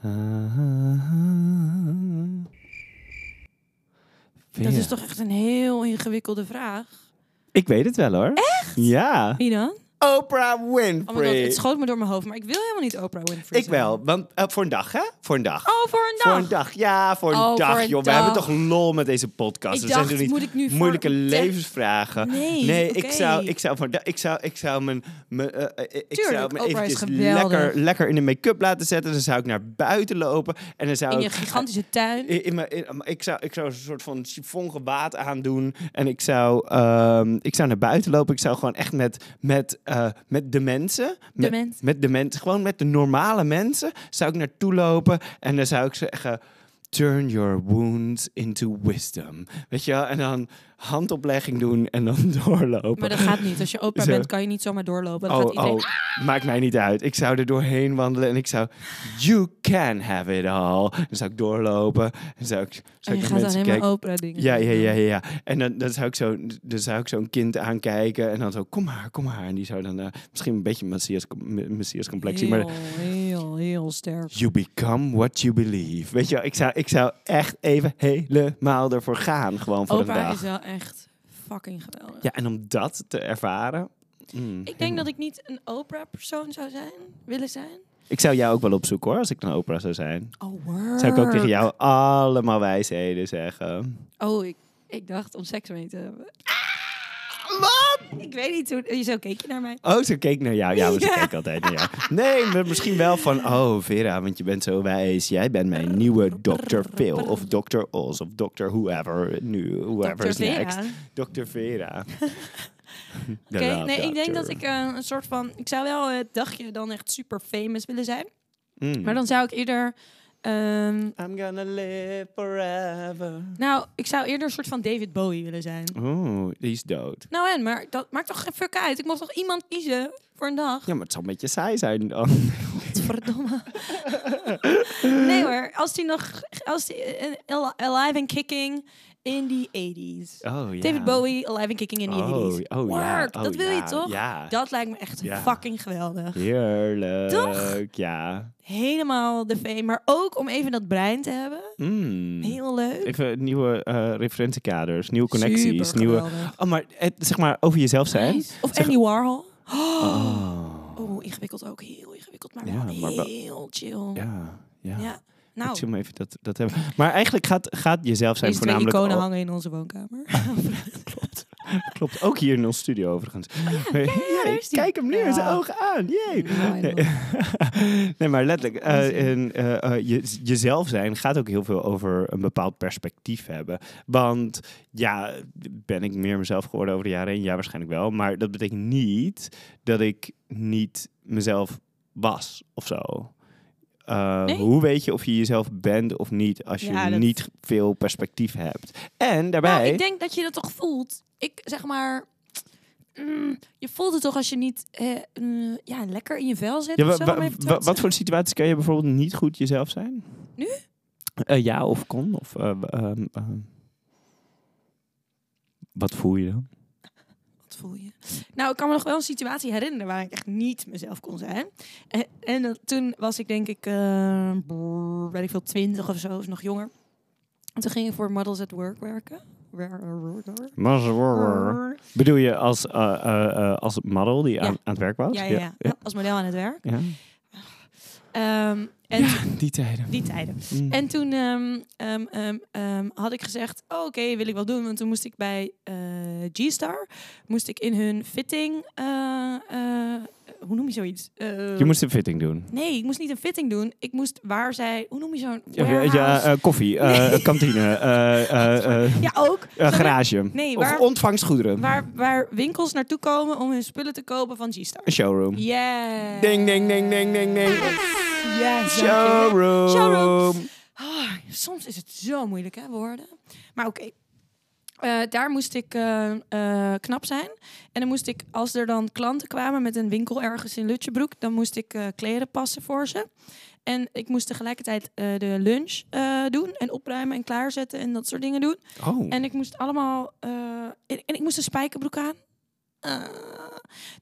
S2: Ah,
S1: Dat is toch echt een heel ingewikkelde vraag.
S2: Ik weet het wel hoor. Echt? Ja.
S1: Wie dan? Oh
S2: Oprah
S1: my god,
S2: Winfrey.
S1: het schoot me door mijn hoofd, maar ik wil helemaal niet Oprah Winfrey
S2: ik
S1: zijn.
S2: wel, want eh, voor een dag hè? Voor een dag.
S1: Oh, voor een dag.
S2: Voor een dag, ja, voor een
S1: Oh,
S2: dag,
S1: voor een
S2: joh.
S1: dag.
S2: We hebben toch lol met deze podcast.
S1: Ik
S2: We
S1: dacht,
S2: zijn toch
S1: moet ik nu voor-
S2: moeilijke
S1: de-
S2: levensvragen.
S1: Nee,
S2: ik
S1: oké.
S2: zou, ik zou, voor da- ik zou, ik zou mijn, mijn, eh, eh, ik
S1: Tuurlijk,
S2: zou me
S1: Oprah is
S2: eventjes
S1: geweldig.
S2: lekker, lekker in de make-up laten zetten. Dan zou ik naar buiten lopen en dan zou
S1: In je
S2: ik
S1: gigantische tuin.
S2: in, in mijn, in- maar ik, zou, ik zou een soort van chiffon gewaad aandoen. En ik zou, ehm, ik zou naar buiten lopen. Ik zou gewoon echt met, met, eh, met de mensen. met,
S1: mensen.
S2: Met de mensen. Gewoon met de normale mensen. Zou ik naartoe lopen. En dan zou ik zeggen. Turn your wounds into wisdom. Weet je wel? En dan handoplegging doen en dan doorlopen.
S1: Maar dat gaat niet. Als je Oprah
S2: Zo.
S1: bent, kan je niet zomaar doorlopen. Dan gaat iedereen...
S2: oh, maakt mij niet uit. Ik zou er doorheen wandelen en ik zou... You can have it all. Dan zou ik doorlopen. Dan zou ik,
S1: En
S2: zou ik
S1: je gaat
S2: naar mensen
S1: alleen
S2: kijken.
S1: maar Oprah dingen
S2: Ja,
S1: doen.
S2: ja, ja, ja. ja. En dan, dan zou ik zo- dan zou ik zo'n kind aankijken en dan zo, kom maar, kom maar. En die zou dan eh, misschien een beetje messias, messias complexie, maar
S1: Heel, heel, heel sterk.
S2: you become what you believe. Weet je wel, ik zou, ik zou echt even helemaal ervoor gaan, gewoon voor een
S1: Oprah
S2: dag.
S1: is wel echt fucking geweldig.
S2: Ja, en om dat te ervaren... mm,
S1: Ik denk dat ik niet een Oprah-persoon zou zijn, willen zijn.
S2: ik zou jou ook wel opzoeken hoor, als ik een Oprah zou zijn.
S1: Oh, word.
S2: Zou ik ook tegen jou allemaal wijsheden zeggen.
S1: Oh, ik, ik dacht om seks mee te hebben.
S2: Ah, Wat?
S1: Ik weet niet hoe... eh, Zo keek je naar mij.
S2: Oh, ze keek naar jou. Ja, maar ze
S1: Ja.
S2: keek altijd naar jou. Nee, maar misschien wel van... Oh, Vera, want je bent zo wijs. Jij bent mijn nieuwe Dr. Phil. Of Dr. Oz. Of Dr. Whoever. Nu, whoever
S1: Dr.
S2: is next.
S1: Vera.
S2: Dr. Vera. De
S1: Oké,
S2: love
S1: nee, ik denk
S2: doctor.
S1: dat ik eh, een soort van... Ik zou wel het dagje dan echt super famous willen zijn.
S2: Mm.
S1: Maar dan zou ik eerder... ehm,
S2: I'm gonna live forever.
S1: nou, ik zou eerder een soort van David Bowie willen zijn.
S2: Oeh, die is dood.
S1: Nou en, maar dat maakt toch geen fuck uit. Ik mocht toch iemand kiezen voor een dag?
S2: Ja, maar het zal een beetje saai zijn dan.
S1: Godverdomme. nee hoor, als die nog... Als die, eh, eh, alive and kicking in the 80s.
S2: Oh, ja.
S1: David Bowie, Alive and Kicking in the
S2: Oh,
S1: 80s.
S2: oh, ja.
S1: Work,
S2: Oh,
S1: dat wil
S2: ja.
S1: je toch?
S2: Ja.
S1: Dat lijkt me echt
S2: Ja.
S1: fucking geweldig.
S2: Heerlijk.
S1: Toch?
S2: Ja.
S1: Helemaal de fame, maar ook om even dat brein te hebben.
S2: Mm.
S1: Heel leuk.
S2: Even nieuwe eh, referentiekaders, nieuwe connecties,
S1: Super
S2: nieuwe...
S1: geweldig.
S2: Oh, maar het, zeg maar over jezelf zijn.
S1: Nice. Of Andy Warhol.
S2: Oh.
S1: Oh, ingewikkeld ook. Heel ingewikkeld, maar wel
S2: Ja, maar wel-
S1: heel chill. Ja,
S2: Ja, ja. Ik
S1: nou,
S2: zie hem even dat, dat hebben. Maar eigenlijk gaat, gaat jezelf zijn
S1: deze twee
S2: voornamelijk...
S1: iconen
S2: al-
S1: hangen in onze woonkamer.
S2: Klopt, ook hier in ons studio overigens. ja,
S1: Oh daar
S2: ik
S1: is die.
S2: kijk hem nu in zijn
S1: Ja.
S2: ogen aan. Jee.
S1: Ja,
S2: Nee. nee, maar letterlijk. eh, en, eh, eh, je, jezelf zijn gaat ook heel veel over een bepaald perspectief hebben. Want ja, ben ik meer mezelf geworden over de jaren heen? Ja, waarschijnlijk wel. Maar dat betekent niet dat ik niet mezelf was of zo. Eh,
S1: Nee.
S2: Hoe weet je of je jezelf bent of niet als je
S1: Ja, dat-
S2: niet veel perspectief hebt? En daarbij.
S1: Nou, ik denk dat je dat toch voelt. Ik zeg maar. mm, je voelt het toch als je niet eh, mm, ja, lekker in je vel zit.
S2: Ja,
S1: of
S2: wa-
S1: zo,
S2: wa-
S1: om even te
S2: wa-
S1: zeggen.
S2: wat voor situaties kan je bijvoorbeeld niet goed jezelf zijn?
S1: Nu?
S2: Eh, ja, of kon. Of, eh, w- ehm, ehm. Wat voel je dan?
S1: Wat voel je? Nou, ik kan me nog wel een situatie herinneren waar ik echt niet mezelf kon zijn. En, en dat- toen was ik denk ik, eh brrr, weet ik veel, twintig of zo, of nog jonger. En toen ging ik voor Models at Work werken. Wer- werken.
S2: Bedoel je als, eh, eh, eh, als model die
S1: Ja.
S2: aan, aan het werk was?
S1: Ja, ja, ja. Ja, als model aan het werk.
S2: Ja.
S1: Ehm, en
S2: Ja, die tijden.
S1: die tijden.
S2: Mm.
S1: En toen ehm, ehm, ehm, ehm, had ik gezegd, oh, oké, wil ik wel doen. Want toen moest ik bij eh, G-Star, moest ik in hun fitting, eh, eh, hoe noem je zoiets? Eh,
S2: je moest een fitting doen.
S1: Nee, ik moest niet een fitting doen. Ik moest waar zij, hoe noem je zo'n
S2: Ja,
S1: warehouse?
S2: ja, eh, koffie, eh, kantine, eh, eh, eh,
S1: Ja, ook.
S2: eh,
S1: Snap je?
S2: garage.
S1: Nee,
S2: of
S1: waar-
S2: ontvangstgoederen.
S1: Waar, waar winkels naartoe komen om hun spullen te kopen van G-Star.
S2: Een showroom.
S1: Yeah.
S2: Ding, ding, ding, ding, ding, ding.
S1: Yes, dankjewel.
S2: Showroom.
S1: Showroom. Ah, soms is het zo moeilijk, hè, woorden. Maar oké. Eh, daar moest ik eh, eh, knap zijn. En dan moest ik, als er dan klanten kwamen met een winkel ergens in Lutjebroek, dan moest ik eh, kleren passen voor ze. En ik moest tegelijkertijd eh, de lunch eh, doen en opruimen en klaarzetten en dat soort dingen doen.
S2: Oh.
S1: En ik moest allemaal. eh, en, en ik moest een spijkerbroek aan. Eh,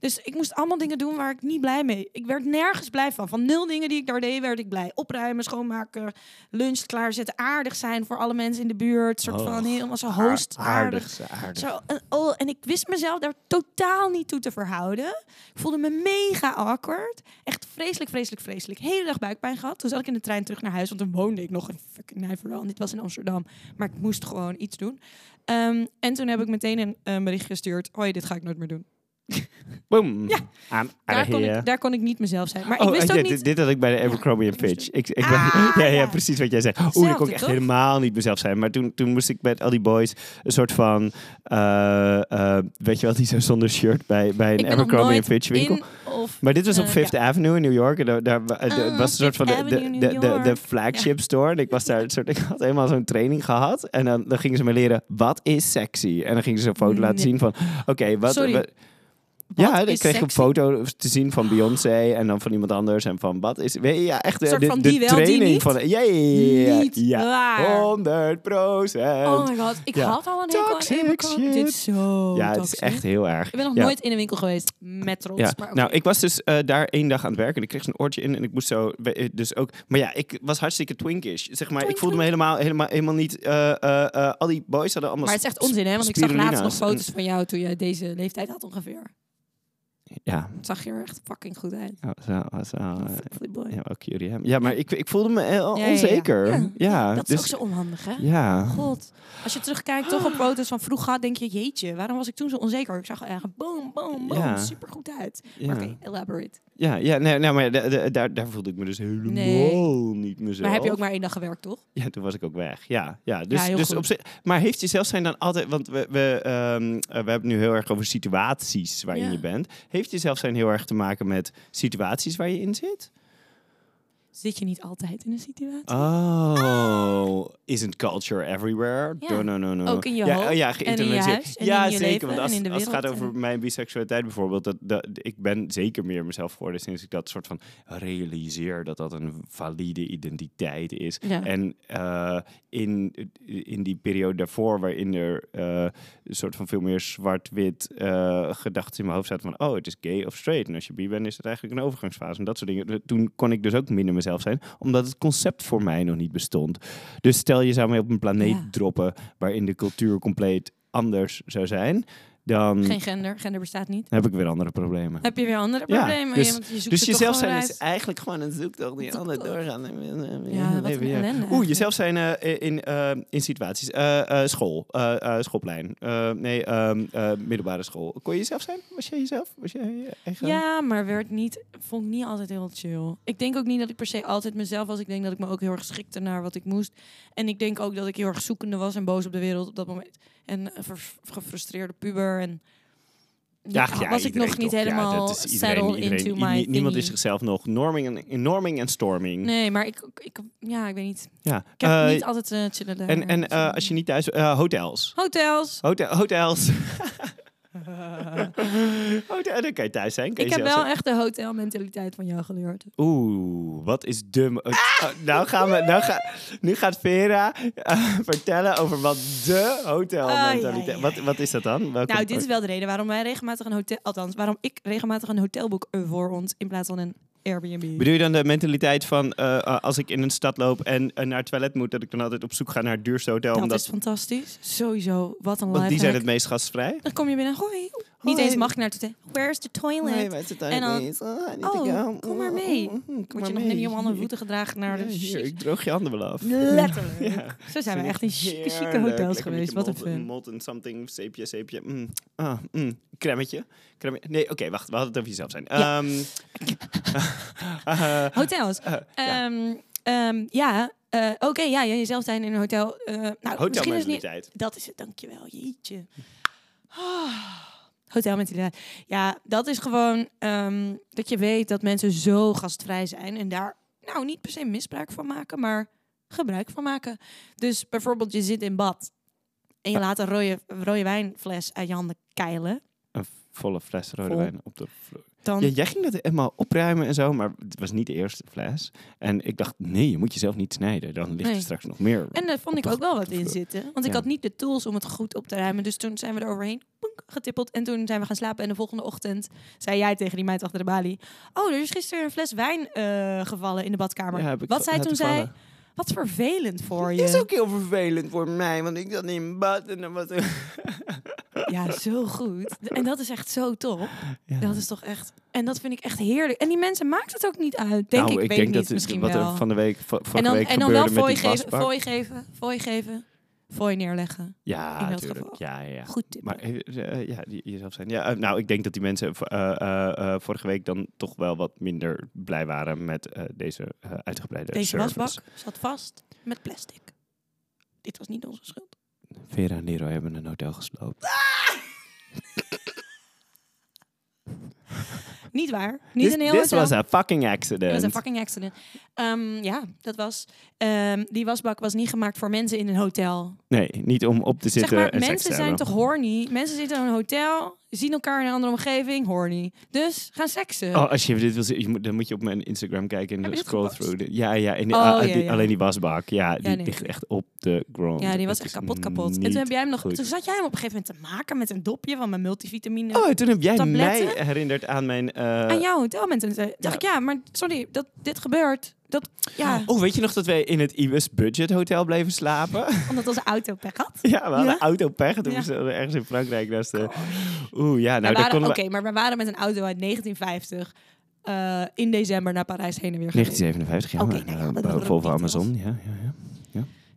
S1: Dus ik moest allemaal dingen doen waar ik niet blij mee. Ik werd nergens blij van. Van nul dingen die ik daar deed, werd ik blij. Opruimen, schoonmaken, lunch klaarzetten, aardig zijn voor alle mensen in de buurt. Soort van
S2: Oh,
S1: helemaal zo host aardig.
S2: Aardig, aardig.
S1: Zo, en, oh, en ik wist mezelf daar totaal niet toe te verhouden. Ik voelde me mega awkward. Echt vreselijk, vreselijk, vreselijk. Hele dag buikpijn gehad. Toen zat ik in de trein terug naar huis, want toen woonde ik nog in fucking Nijverland. Dit was in Amsterdam, maar ik moest gewoon iets doen. Ehm, en toen heb ik meteen een eh, bericht gestuurd. Hoi, dit ga ik nooit meer doen.
S2: Boom.
S1: Ja.
S2: I'm
S1: Daar
S2: outta
S1: kon,
S2: here.
S1: ik, daar kon ik niet mezelf zijn. Maar
S2: Ah, Oh,
S1: ik wist
S2: ja,
S1: ook
S2: dit-
S1: niet...
S2: Dit, had ik bij de Abercrombie en Fitch. Ik, ik
S1: Ah,
S2: ben- ja, ja,
S1: ja.
S2: precies wat jij zegt. Oeh, daar kon
S1: Hetzelfde,
S2: ik echt
S1: toch?
S2: helemaal niet mezelf zijn. Maar toen, toen moest ik met al die boys een soort van... eh, eh, weet je wel, die zo zonder shirt bij, bij een
S1: ik ben nog
S2: Abercrombie en
S1: nooit
S2: Fitch winkel.
S1: in of...
S2: Maar dit was op
S1: Eh,
S2: Fifth Avenue in New York. En daar, daar wa- eh,
S1: Ah,
S2: was een soort van de,
S1: Fifth
S2: de,
S1: Avenue,
S2: de,
S1: New
S2: de, de
S1: York.
S2: flagship store. En ik, was daar, een soort, ik had eenmaal zo'n training gehad. En dan, dan gingen ze me leren, wat is sexy? En dan gingen ze een foto laten
S1: Nee.
S2: zien van, oké, wat...
S1: Sorry.
S2: wat- ja,
S1: Wat
S2: ik
S1: is
S2: kreeg een
S1: sexy?
S2: foto te zien van Beyoncé en dan van iemand anders. En van, wat is... Weet je, ja, echt eh,
S1: Soort
S2: de,
S1: van
S2: de
S1: die wel, die
S2: training
S1: niet?
S2: van... Ja, ja, ja, ja,
S1: Niet
S2: ja.
S1: waar.
S2: 100 procent.
S1: Oh my god, ik
S2: Ja.
S1: had al een hekel aan
S2: Toxic
S1: Abercrombie.
S2: shit.
S1: Dit is zo
S2: ja, het is
S1: Oh, toxic.
S2: echt heel erg.
S1: Ik ben nog
S2: Ja.
S1: nooit in een winkel geweest met trots.
S2: Ja.
S1: Maar oké.
S2: Nou, ik was dus eh, daar één dag aan het werken. En ik kreeg zo'n oortje in en ik moest zo... we- eh, Dus ook, maar ja, ik was hartstikke twinkish. Zeg maar, ik
S1: Twink,
S2: voelde me helemaal, helemaal, helemaal niet... eh, eh, eh, al die boys hadden allemaal...
S1: maar het is echt
S2: sp-
S1: onzin, hè? Want ik zag laatst nog
S2: spirulina's en-
S1: foto's van jou toen je deze leeftijd had ongeveer.
S2: Ja,
S1: Het zag je er echt fucking goed uit.
S2: dat was wel- was wel, eh,
S1: Fuck die boy.
S2: ja, wel cutie, hè? Ja, maar ik, ik voelde me heel
S1: Ja, ja, ja.
S2: onzeker. Ja,
S1: Ja, dat is
S2: dus-
S1: ook zo onhandig, hè?
S2: Ja.
S1: God, als je terugkijkt toch op foto's van vroeger, denk je, jeetje, waarom was ik toen zo onzeker? Ik zag er echt boom, boom, boom,
S2: Ja.
S1: supergoed uit.
S2: Ja,
S1: Maar Oké, elaborate.
S2: ja, ja nee, nee, maar ja, da- da- daar, daar voelde ik me dus helemaal
S1: Nee.
S2: niet mezelf.
S1: Maar heb je ook maar één dag gewerkt, toch?
S2: Ja, toen was ik ook weg. Ja, ja. Dus,
S1: Ja, heel
S2: dus
S1: goed.
S2: op zich. Maar heeft jezelf zijn dan altijd. Want we, we, ehm, eh, we hebben het nu heel erg over situaties waarin
S1: Ja.
S2: je bent. Heeft jezelf zijn heel erg te maken met situaties waar je in zit?
S1: Zit je niet altijd in een situatie?
S2: Oh, isn't culture everywhere?
S1: Ja.
S2: No, no, no, no.
S1: Ook in je
S2: ja,
S1: hoofd
S2: oh ja,
S1: en in je
S2: geïnternaliseerd.
S1: huis en
S2: ja,
S1: in je
S2: zeker.
S1: leven
S2: want
S1: en
S2: als,
S1: in de
S2: als het gaat
S1: wereld
S2: over
S1: en-
S2: mijn biseksualiteit bijvoorbeeld, dat, dat, ik ben zeker meer mezelf geworden sinds ik dat soort van realiseer dat dat een valide identiteit is.
S1: Ja.
S2: En eh, in, in die periode daarvoor, waarin er eh, een soort van veel meer zwart-wit eh, gedachten in mijn hoofd zaten van, oh, het is gay of straight. En als je bi bent, is het eigenlijk een overgangsfase en dat soort dingen. Toen kon ik dus ook minder mezelf zijn, omdat het concept voor mij nog niet bestond. Dus stel je zou mij op een planeet
S1: Ja.
S2: droppen waarin de cultuur compleet anders zou zijn, dan
S1: Geen gender, gender bestaat niet.
S2: heb ik weer andere problemen.
S1: Heb je weer andere
S2: Ja,
S1: problemen?
S2: dus-
S1: want je zoekt
S2: Dus
S1: het toch
S2: jezelf
S1: gewoon
S2: zijn
S1: uit.
S2: is eigenlijk gewoon een zoektocht die altijd doorgaan.
S1: Ja, wat een ellende
S2: Oeh,
S1: eigenlijk.
S2: jezelf zijn eh, in, eh, in situaties. Eh, eh, school, eh, eh, schoolplein. Eh, nee, ehm, eh, middelbare school. Kon je jezelf zijn? Was jij jezelf? Was jij je eigen-
S1: Ja, maar werd niet, vond ik niet altijd heel chill. Ik denk ook niet dat ik per se altijd mezelf was. Ik denk dat ik me ook heel erg schikte naar wat ik moest. En ik denk ook dat ik heel erg zoekende was en boos op de wereld op dat moment. En eh, ver- gefrustreerde puber. En
S2: Ja, ja,
S1: was ik
S2: iedereen
S1: nog niet
S2: toch. Ja,
S1: helemaal
S2: dat is iedereen-
S1: settled
S2: iedereen-
S1: into
S2: i-
S1: my
S2: nie- Niemand is
S1: thingy.
S2: zichzelf nog. Norming en, in norming en storming.
S1: Nee, maar ik, ik, ja, ik weet niet.
S2: Ja.
S1: Ik heb
S2: eh,
S1: niet altijd eh chillen daar.
S2: en en eh, als je Oh, niet thuis... eh, hotels.
S1: Hotels.
S2: Hotel, hotels. Hotel, dan kan je thuis zijn. kan
S1: ik
S2: je
S1: heb
S2: zelf
S1: wel echt de hotelmentaliteit van jou geleerd.
S2: Oeh, wat is de... mo-
S1: Ah!
S2: Oh, nou gaan we, nou ga, nu gaat Vera eh, vertellen over wat de hotelmentaliteit...
S1: Ah, ja, ja,
S2: Wat, wat is dat dan? Welke-
S1: Nou, dit is wel de reden waarom wij regelmatig een hotel, althans, waarom ik regelmatig een hotelboek eh, voor ons in plaats van een Airbnb. Nou,
S2: Bedoel je dan de mentaliteit van eh, eh, als ik in een stad loop en eh, naar het toilet moet, dat ik dan altijd op zoek ga naar het duurste hotel?
S1: Dat
S2: omdat,
S1: is fantastisch. Sowieso. Wat een
S2: want die zijn
S1: live
S2: het meest gastvrij.
S1: Dan kom je binnen. Hoi. Niet
S2: Hoi.
S1: eens mag ik naar het hotel. Where's the toilet? En dan- uh, Oh, kom
S2: mm,
S1: maar mee. Word je nog niet om andere voeten gedragen naar de
S2: hier,
S1: shit.
S2: ik droog je handen wel af.
S1: Letterlijk.
S2: Ja.
S1: Zo zijn we echt in chique, chique
S2: Heerlijk. Lekker
S1: hotels
S2: met
S1: geweest.
S2: je
S1: Wat een
S2: malt-
S1: fun.
S2: Malt en something, zeepje, zeepje. Mm. Ah, mm. Cremmetje. Cremme- Nee, oké, wacht. We hadden het over jezelf zijn.
S1: Ja.
S2: Ehm, eh,
S1: Hotels.
S2: eh, ja.
S1: Ehm, ehm, ja. eh, Oké, ja, ja, jezelf zijn in een hotel. eh, nou, misschien is het niet
S2: Hotelmentaliteit.
S1: Dat is het, dankjewel. Jeetje. Ah, Hotelmentaliteit. Ja, dat is gewoon ehm, dat je weet dat mensen zo gastvrij zijn en daar nou niet per se misbruik van maken, maar gebruik van maken. Dus bijvoorbeeld je zit in bad en je laat een rode, rode wijnfles uit je handen keilen.
S2: Een volle fles rode
S1: Vol.
S2: wijn op de vloer.
S1: dan.
S2: Ja, jij ging dat helemaal opruimen en zo, maar het was niet de eerste fles. En ik dacht, nee, je moet jezelf niet snijden. Dan ligt er
S1: Nee.
S2: straks nog meer.
S1: En daar vond ik ook wel wat in zitten. Want ik
S2: Ja.
S1: had niet de tools om het goed op te ruimen. Dus toen zijn we er overheen poenk, getippeld. En toen zijn we gaan slapen. En de volgende ochtend zei jij tegen die meid achter de balie... Oh, er is gisteren een fles wijn eh, gevallen in de badkamer.
S2: Ja, heb ik
S1: wat
S2: wel
S1: zij toen
S2: laten
S1: zei...
S2: vallen.
S1: Wat vervelend voor je.
S2: is ook heel vervelend voor mij, want ik zat in bad en dan was
S1: Ja, zo goed. En dat is echt zo top.
S2: Ja.
S1: Dat is toch echt... En dat vind ik echt heerlijk. En die mensen maakt het ook niet uit.
S2: Nou,
S1: Denk ik, weet niet,
S2: het-
S1: misschien
S2: wat
S1: wel.
S2: er van de week, van
S1: en dan,
S2: week
S1: en dan wel
S2: gebeurde
S1: fooi
S2: met die
S1: geven,
S2: glasbak.
S1: fooi geven, fooi geven, fooi neerleggen.
S2: Ja,
S1: in dat
S2: natuurlijk.
S1: geval.
S2: Ja, ja, ja.
S1: Goed tip.
S2: Maar eh, eh, ja, die, jezelf zijn. Ja, eh, nou, ik denk dat die mensen eh, eh, eh, vorige week dan toch wel wat minder blij waren met eh, deze eh, uitgebreide
S1: Deze
S2: service.
S1: wasbak zat vast met plastic. Dit was niet onze schuld.
S2: Vera en Leroy hebben een hotel gesloopt.
S1: Niet waar. Niet een heel
S2: Dit
S1: hotel.
S2: was een fucking
S1: Dat
S2: accident.
S1: was een fucking accident. Ehm, ja, dat was. ehm, die wasbak was niet gemaakt voor mensen in een hotel.
S2: Nee, niet om op te zitten
S1: zeg maar,
S2: en seks
S1: mensen
S2: te
S1: zijn
S2: hebben.
S1: toch horny? Mensen zitten in een hotel, zien elkaar in een andere omgeving, horny. Dus gaan seksen.
S2: Oh, als je dit wil zien, je moet- dan moet je op mijn Instagram kijken en
S1: Heb je dat
S2: scroll
S1: gepost?
S2: through. dit. Ja, ja, en die-
S1: Oh,
S2: ah,
S1: ja,
S2: die-
S1: ja.
S2: alleen die wasbak. Ja, die
S1: nee.
S2: ligt echt op de grond.
S1: ja, die was
S2: Dat
S1: echt
S2: is
S1: kapot, kapot. En
S2: niet
S1: toen, heb jij hem nog,
S2: goed.
S1: toen zat jij hem op een gegeven moment te maken met een dopje van mijn multivitamine.
S2: Oh, toen heb jij
S1: Tabletten?
S2: mij herinnerd aan mijn... eh,
S1: aan jouw hotelment. En toen dacht ik, ja, maar sorry, dat dit gebeurt. Dat, ja,
S2: Oh, weet je nog dat wij in het Ibis Budget Hotel bleven slapen?
S1: omdat onze auto pech had.
S2: ja, we hadden
S1: Ja?
S2: autopech. Toen
S1: Ja.
S2: moesten we ergens in Frankrijk naast de... Oeh, ja, nou,
S1: We
S2: daar
S1: waren- Oké,
S2: konden we...
S1: maar we waren met een auto uit 1950 eh, in december naar Parijs heen en weer geweest.
S2: 1957, ja,
S1: Oké,
S2: maar,
S1: nou ja,
S2: eh,
S1: dat- dat-
S2: boven
S1: dat-
S2: Amazon, ja, ja, ja.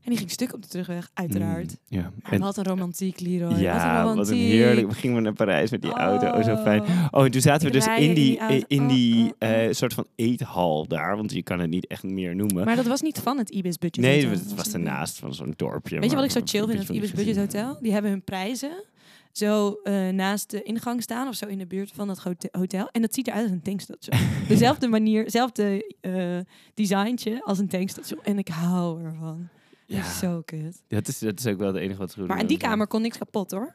S1: En die ging stuk op de terugweg, uiteraard.
S2: Mm, ja.
S1: Maar
S2: En-
S1: wat een romantiek, Leroy.
S2: ja,
S1: wat een
S2: wat een
S1: romantiek.
S2: heerlijk. We gingen we naar Parijs met die auto, oh, zo fijn. Oh, en toen zaten we
S1: Ik
S2: dus
S1: rij
S2: in die,
S1: in die auto.
S2: in die
S1: Oh, oh, oh.
S2: eh, soort van eethal daar, want je kan het niet echt meer noemen.
S1: Maar dat was niet van het Ibis Budget
S2: nee,
S1: Hotel.
S2: het was ernaast van zo'n dorpje.
S1: Weet je
S2: maar
S1: wat ik zo
S2: een
S1: chill vind
S2: beetje
S1: aan het
S2: van
S1: Ibis
S2: die
S1: Budget Hotel? Die hebben hun prijzen zo eh, naast de ingang staan of zo in de buurt van dat hote- hotel. En dat ziet eruit als een tankstation. Dezelfde manier, hetzelfde designtje als een tankstation. En ik hou ervan. Dat is
S2: Ja,
S1: zo kut.
S2: dat is, dat is ook wel het enige wat goed
S1: Maar in die kamer kon niks kapot hoor.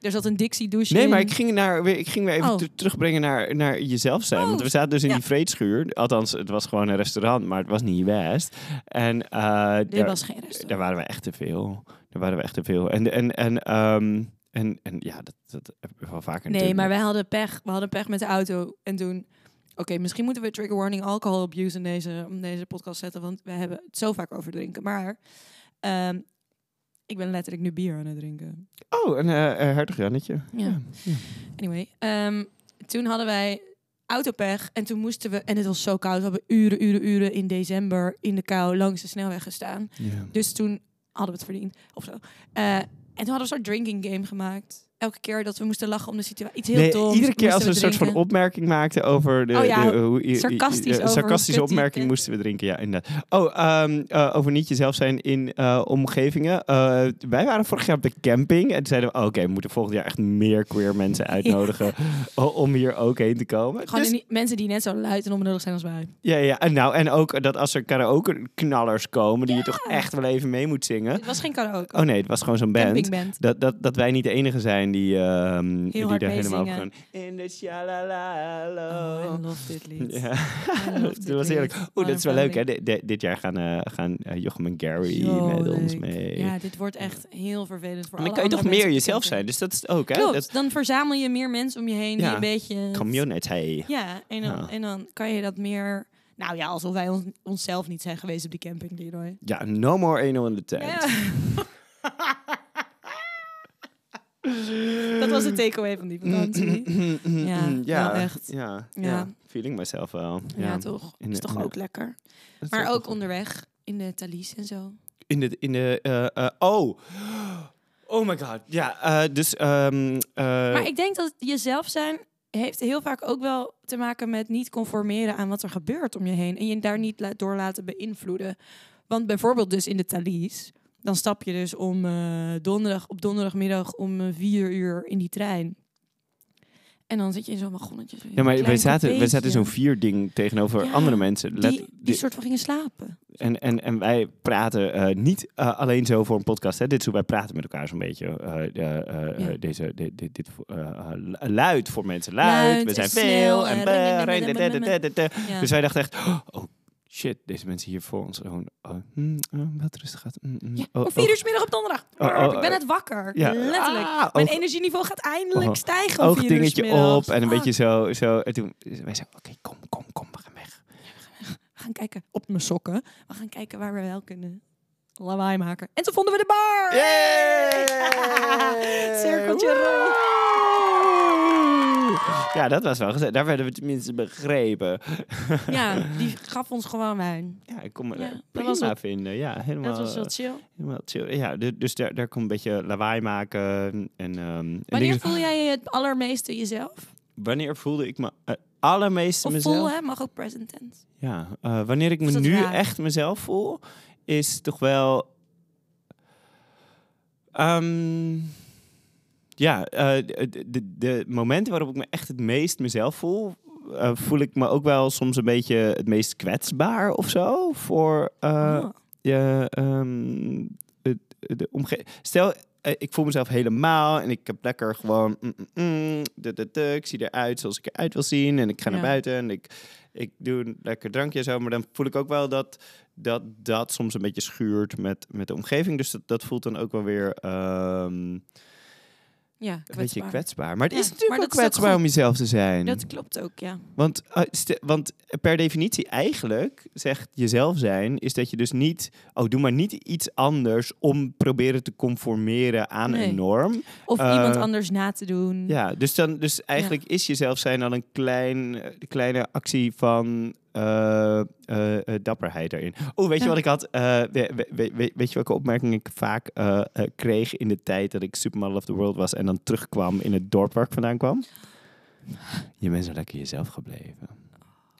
S1: Er zat een Dixie douche
S2: Nee,
S1: in.
S2: maar ik ging, naar, weer- ik ging weer even
S1: Oh.
S2: ter- terugbrengen naar, naar jezelf zijn.
S1: Oh,
S2: Want we zaten dus in
S1: ja.
S2: die vreedschuur. Althans, het was gewoon een restaurant, maar het was niet best. En eh,
S1: Dit
S2: daar,
S1: was geen restaurant.
S2: daar waren we echt te veel. Daar waren we echt te veel. En, en, en, ehm, en, en ja, dat, dat heb ik wel vaker
S1: Nee,
S2: natuurlijk.
S1: maar wij hadden pech. We hadden pech met de auto. En toen... Oké, misschien moeten we trigger warning alcohol abuse in deze, in deze podcast zetten. Want we hebben het zo vaak over drinken. Maar ehm, ik ben letterlijk nu bier aan het drinken.
S2: Oh, een eh, eh, hertog Jannetje.
S1: Ja. Anyway. ehm, toen hadden wij autopech. En toen moesten we... En het was zo koud. We hebben uren, uren, uren in december in de kou langs de snelweg gestaan.
S2: Ja.
S1: Dus toen hadden we het verdiend. Of zo. Eh, en toen hadden we een soort drinking game gemaakt. Elke keer dat we moesten lachen om de situatie. Iets heel
S2: Nee,
S1: doms.
S2: iedere keer als we
S1: moesten
S2: een soort van
S1: drinken.
S2: opmerking maakten over de,
S1: Oh ja,
S2: de- hoe- i- i-
S1: sarcastisch
S2: i- eh,
S1: over hoe
S2: sarcastische
S1: kut die
S2: opmerking
S1: bent.
S2: moesten we drinken. Ja, inderdaad. Oh, ehm, eh, over niet jezelf zijn in eh, omgevingen. Eh, wij waren vorig jaar op de camping en toen zeiden we: oh, oké, we moeten volgend jaar echt meer queer mensen uitnodigen o- om hier ook heen te komen.
S1: Gewoon
S2: Dus-
S1: in die- mensen die net zo luid en onbenullig zijn als wij.
S2: ja, ja, en nou en ook dat als er karaoke knallers komen die je toch echt wel even mee moet zingen.
S1: Het was geen karaoke.
S2: Oh nee, het was gewoon zo'n band.
S1: Campingband.
S2: Dat, dat, dat wij niet de enige zijn die, ehm, die
S1: hard
S2: daar helemaal op gaan.
S1: meezingen.
S2: In de shalalalo.
S1: Oh, I love dit lied.
S2: Ja,
S1: I love
S2: Oh, dat
S1: dit
S2: was
S1: lied.
S2: eerlijk. Oeh, dat is wel
S1: Arm
S2: leuk hè.
S1: Vrouwelijk.
S2: Di- di- dit jaar gaan, eh, gaan eh, Jochem en Gary
S1: Zo
S2: met ons
S1: leuk.
S2: mee.
S1: Ja, dit wordt echt heel vervelend voor
S2: Maar dan
S1: alle
S2: kan je toch
S1: andere
S2: meer
S1: mensen op
S2: jezelf
S1: de
S2: zijn. Dus dat is het ook hè.
S1: camping. Klopt,
S2: Dat
S1: dan verzamel je meer mensen om je heen
S2: Ja.
S1: die een beetje...
S2: community.
S1: Ja, en dan,
S2: Ja.
S1: en dan kan je dat meer... Nou ja, alsof wij ons, onszelf niet zijn geweest op die camping, Leroy.
S2: Ja, no more 1-0 in de tent.
S1: dat was de takeaway van
S2: Mm,
S1: die vakantie. Ja, wel echt.
S2: Ja, ja.
S1: Ja.
S2: feeling myself wel.
S1: Ja, toch?
S2: In de-
S1: is toch
S2: in de-
S1: ook lekker.
S2: Dat is
S1: Maar
S2: wel
S1: ook
S2: goed.
S1: onderweg in de Thalys en zo.
S2: In de... In de eh, eh, oh! Oh my god. Ja, eh, dus... ehm, eh,
S1: Maar ik denk dat jezelf zijn heeft heel vaak ook wel te maken met niet conformeren aan wat er gebeurt om je heen. En je daar niet la- door laten beïnvloeden. Want bijvoorbeeld dus in de Thalys, dan stap je dus om eh, donderdag, op donderdagmiddag om eh, vier uur in die trein. En dan zit je in zo'n wagonnetje. zo in
S2: Ja, maar
S1: een
S2: we
S1: klein
S2: zaten, we zaten in
S1: cafeetje.
S2: zo'n vierding tegenover
S1: Ja,
S2: andere mensen. Let- dus
S1: die, die soort van gingen slapen.
S2: en, en, en wij praten eh, niet eh, alleen zo voor een podcast. Hè. Dit is hoe wij praten met elkaar zo'n beetje. eh, eh, eh,
S1: Ja.
S2: deze, dit, dit, dit, eh, eh, luid voor mensen. Luid,
S1: Luid
S2: we
S1: en
S2: zijn
S1: snel
S2: veel. En
S1: en
S2: bah,
S1: ring,
S2: ring,
S1: ring,
S2: da,
S1: ring,
S2: da,
S1: ring,
S2: da, da, da.
S1: Ja.
S2: Dus wij dachten echt, oh shit, deze mensen hier voor ons. Gewoon, oh, mm, oh, wat rustig gaat. Mm, mm,
S1: Ja,
S2: oh,
S1: om vier
S2: oh,
S1: uur 's middag op donderdag.
S2: Oh, oh,
S1: ik ben
S2: eh,
S1: net wakker.
S2: ja.
S1: Letterlijk.
S2: Ah,
S1: Mijn
S2: oog-
S1: energieniveau gaat eindelijk
S2: Oh,
S1: stijgen. om vier uur 's
S2: Oogdingetje
S1: middags. Ah.
S2: op en een
S1: Fuck.
S2: beetje zo. zo. En toen wij zeiden, oké, kom, kom, kom, we gaan weg.
S1: We gaan kijken op mijn sokken. We gaan kijken waar we wel kunnen lawaai maken. En toen vonden we de bar.
S2: Yay!
S1: Cirkeltje rond.
S2: Ja, dat was wel gezellig. Daar werden we tenminste begrepen.
S1: Ja, die gaf ons gewoon wijn.
S2: Ja, ik kon me
S1: Ja,
S2: daar
S1: dat
S2: prima
S1: was wel-
S2: vinden. Ja, helemaal,
S1: Dat was wel chill.
S2: helemaal chill. Ja, du- dus daar, daar kon een beetje lawaai maken. En, ehm en
S1: Wanneer
S2: dingen-
S1: voel jij je het allermeeste jezelf?
S2: wanneer voelde ik me eh, allermeest
S1: Of
S2: mezelf?
S1: voel, hè? Mag ook present tense.
S2: Ja, eh, wanneer ik me
S1: Is dat
S2: nu
S1: raar?
S2: echt mezelf voel, is toch wel. Ehm, ja, eh, de, de, de momenten waarop ik me echt het meest mezelf voel, eh, voel ik me ook wel soms een beetje het meest kwetsbaar of zo. Voor eh,
S1: Oh.
S2: je, ehm, het- de omgeving. Stel, eh, ik voel mezelf helemaal en ik heb lekker gewoon. mm, mm, mm, du- du- du, ik zie eruit zoals ik eruit wil zien en ik ga naar
S1: Ja.
S2: buiten en ik, ik doe een lekker drankje en zo. Maar dan voel ik ook wel dat dat, dat soms een beetje schuurt met, met de omgeving. Dus dat, dat voelt dan ook wel weer. ehm,
S1: Ja,
S2: een beetje
S1: kwetsbaar.
S2: kwetsbaar. Maar het
S1: Ja,
S2: is natuurlijk
S1: maar
S2: wel
S1: dat is ook
S2: kwetsbaar
S1: goed.
S2: om jezelf te zijn.
S1: Dat klopt ook, ja.
S2: Want, eh, ste- want per definitie eigenlijk zegt jezelf zijn, is dat je dus niet, oh doe maar niet iets anders om proberen te conformeren aan
S1: Nee.
S2: een norm.
S1: Of
S2: Eh,
S1: iemand anders na te doen.
S2: Ja, dus, dan, dus eigenlijk is jezelf zijn al een klein, eh, kleine actie van eh, eh, eh, dapperheid erin. Oh, weet je
S1: Ja.
S2: wat ik had? Eh, we- we- we- we- weet je welke opmerking ik vaak eh, eh, kreeg in de tijd dat ik Supermodel of the World was en dan terugkwam in het dorp waar ik vandaan kwam? Je bent zo lekker jezelf gebleven.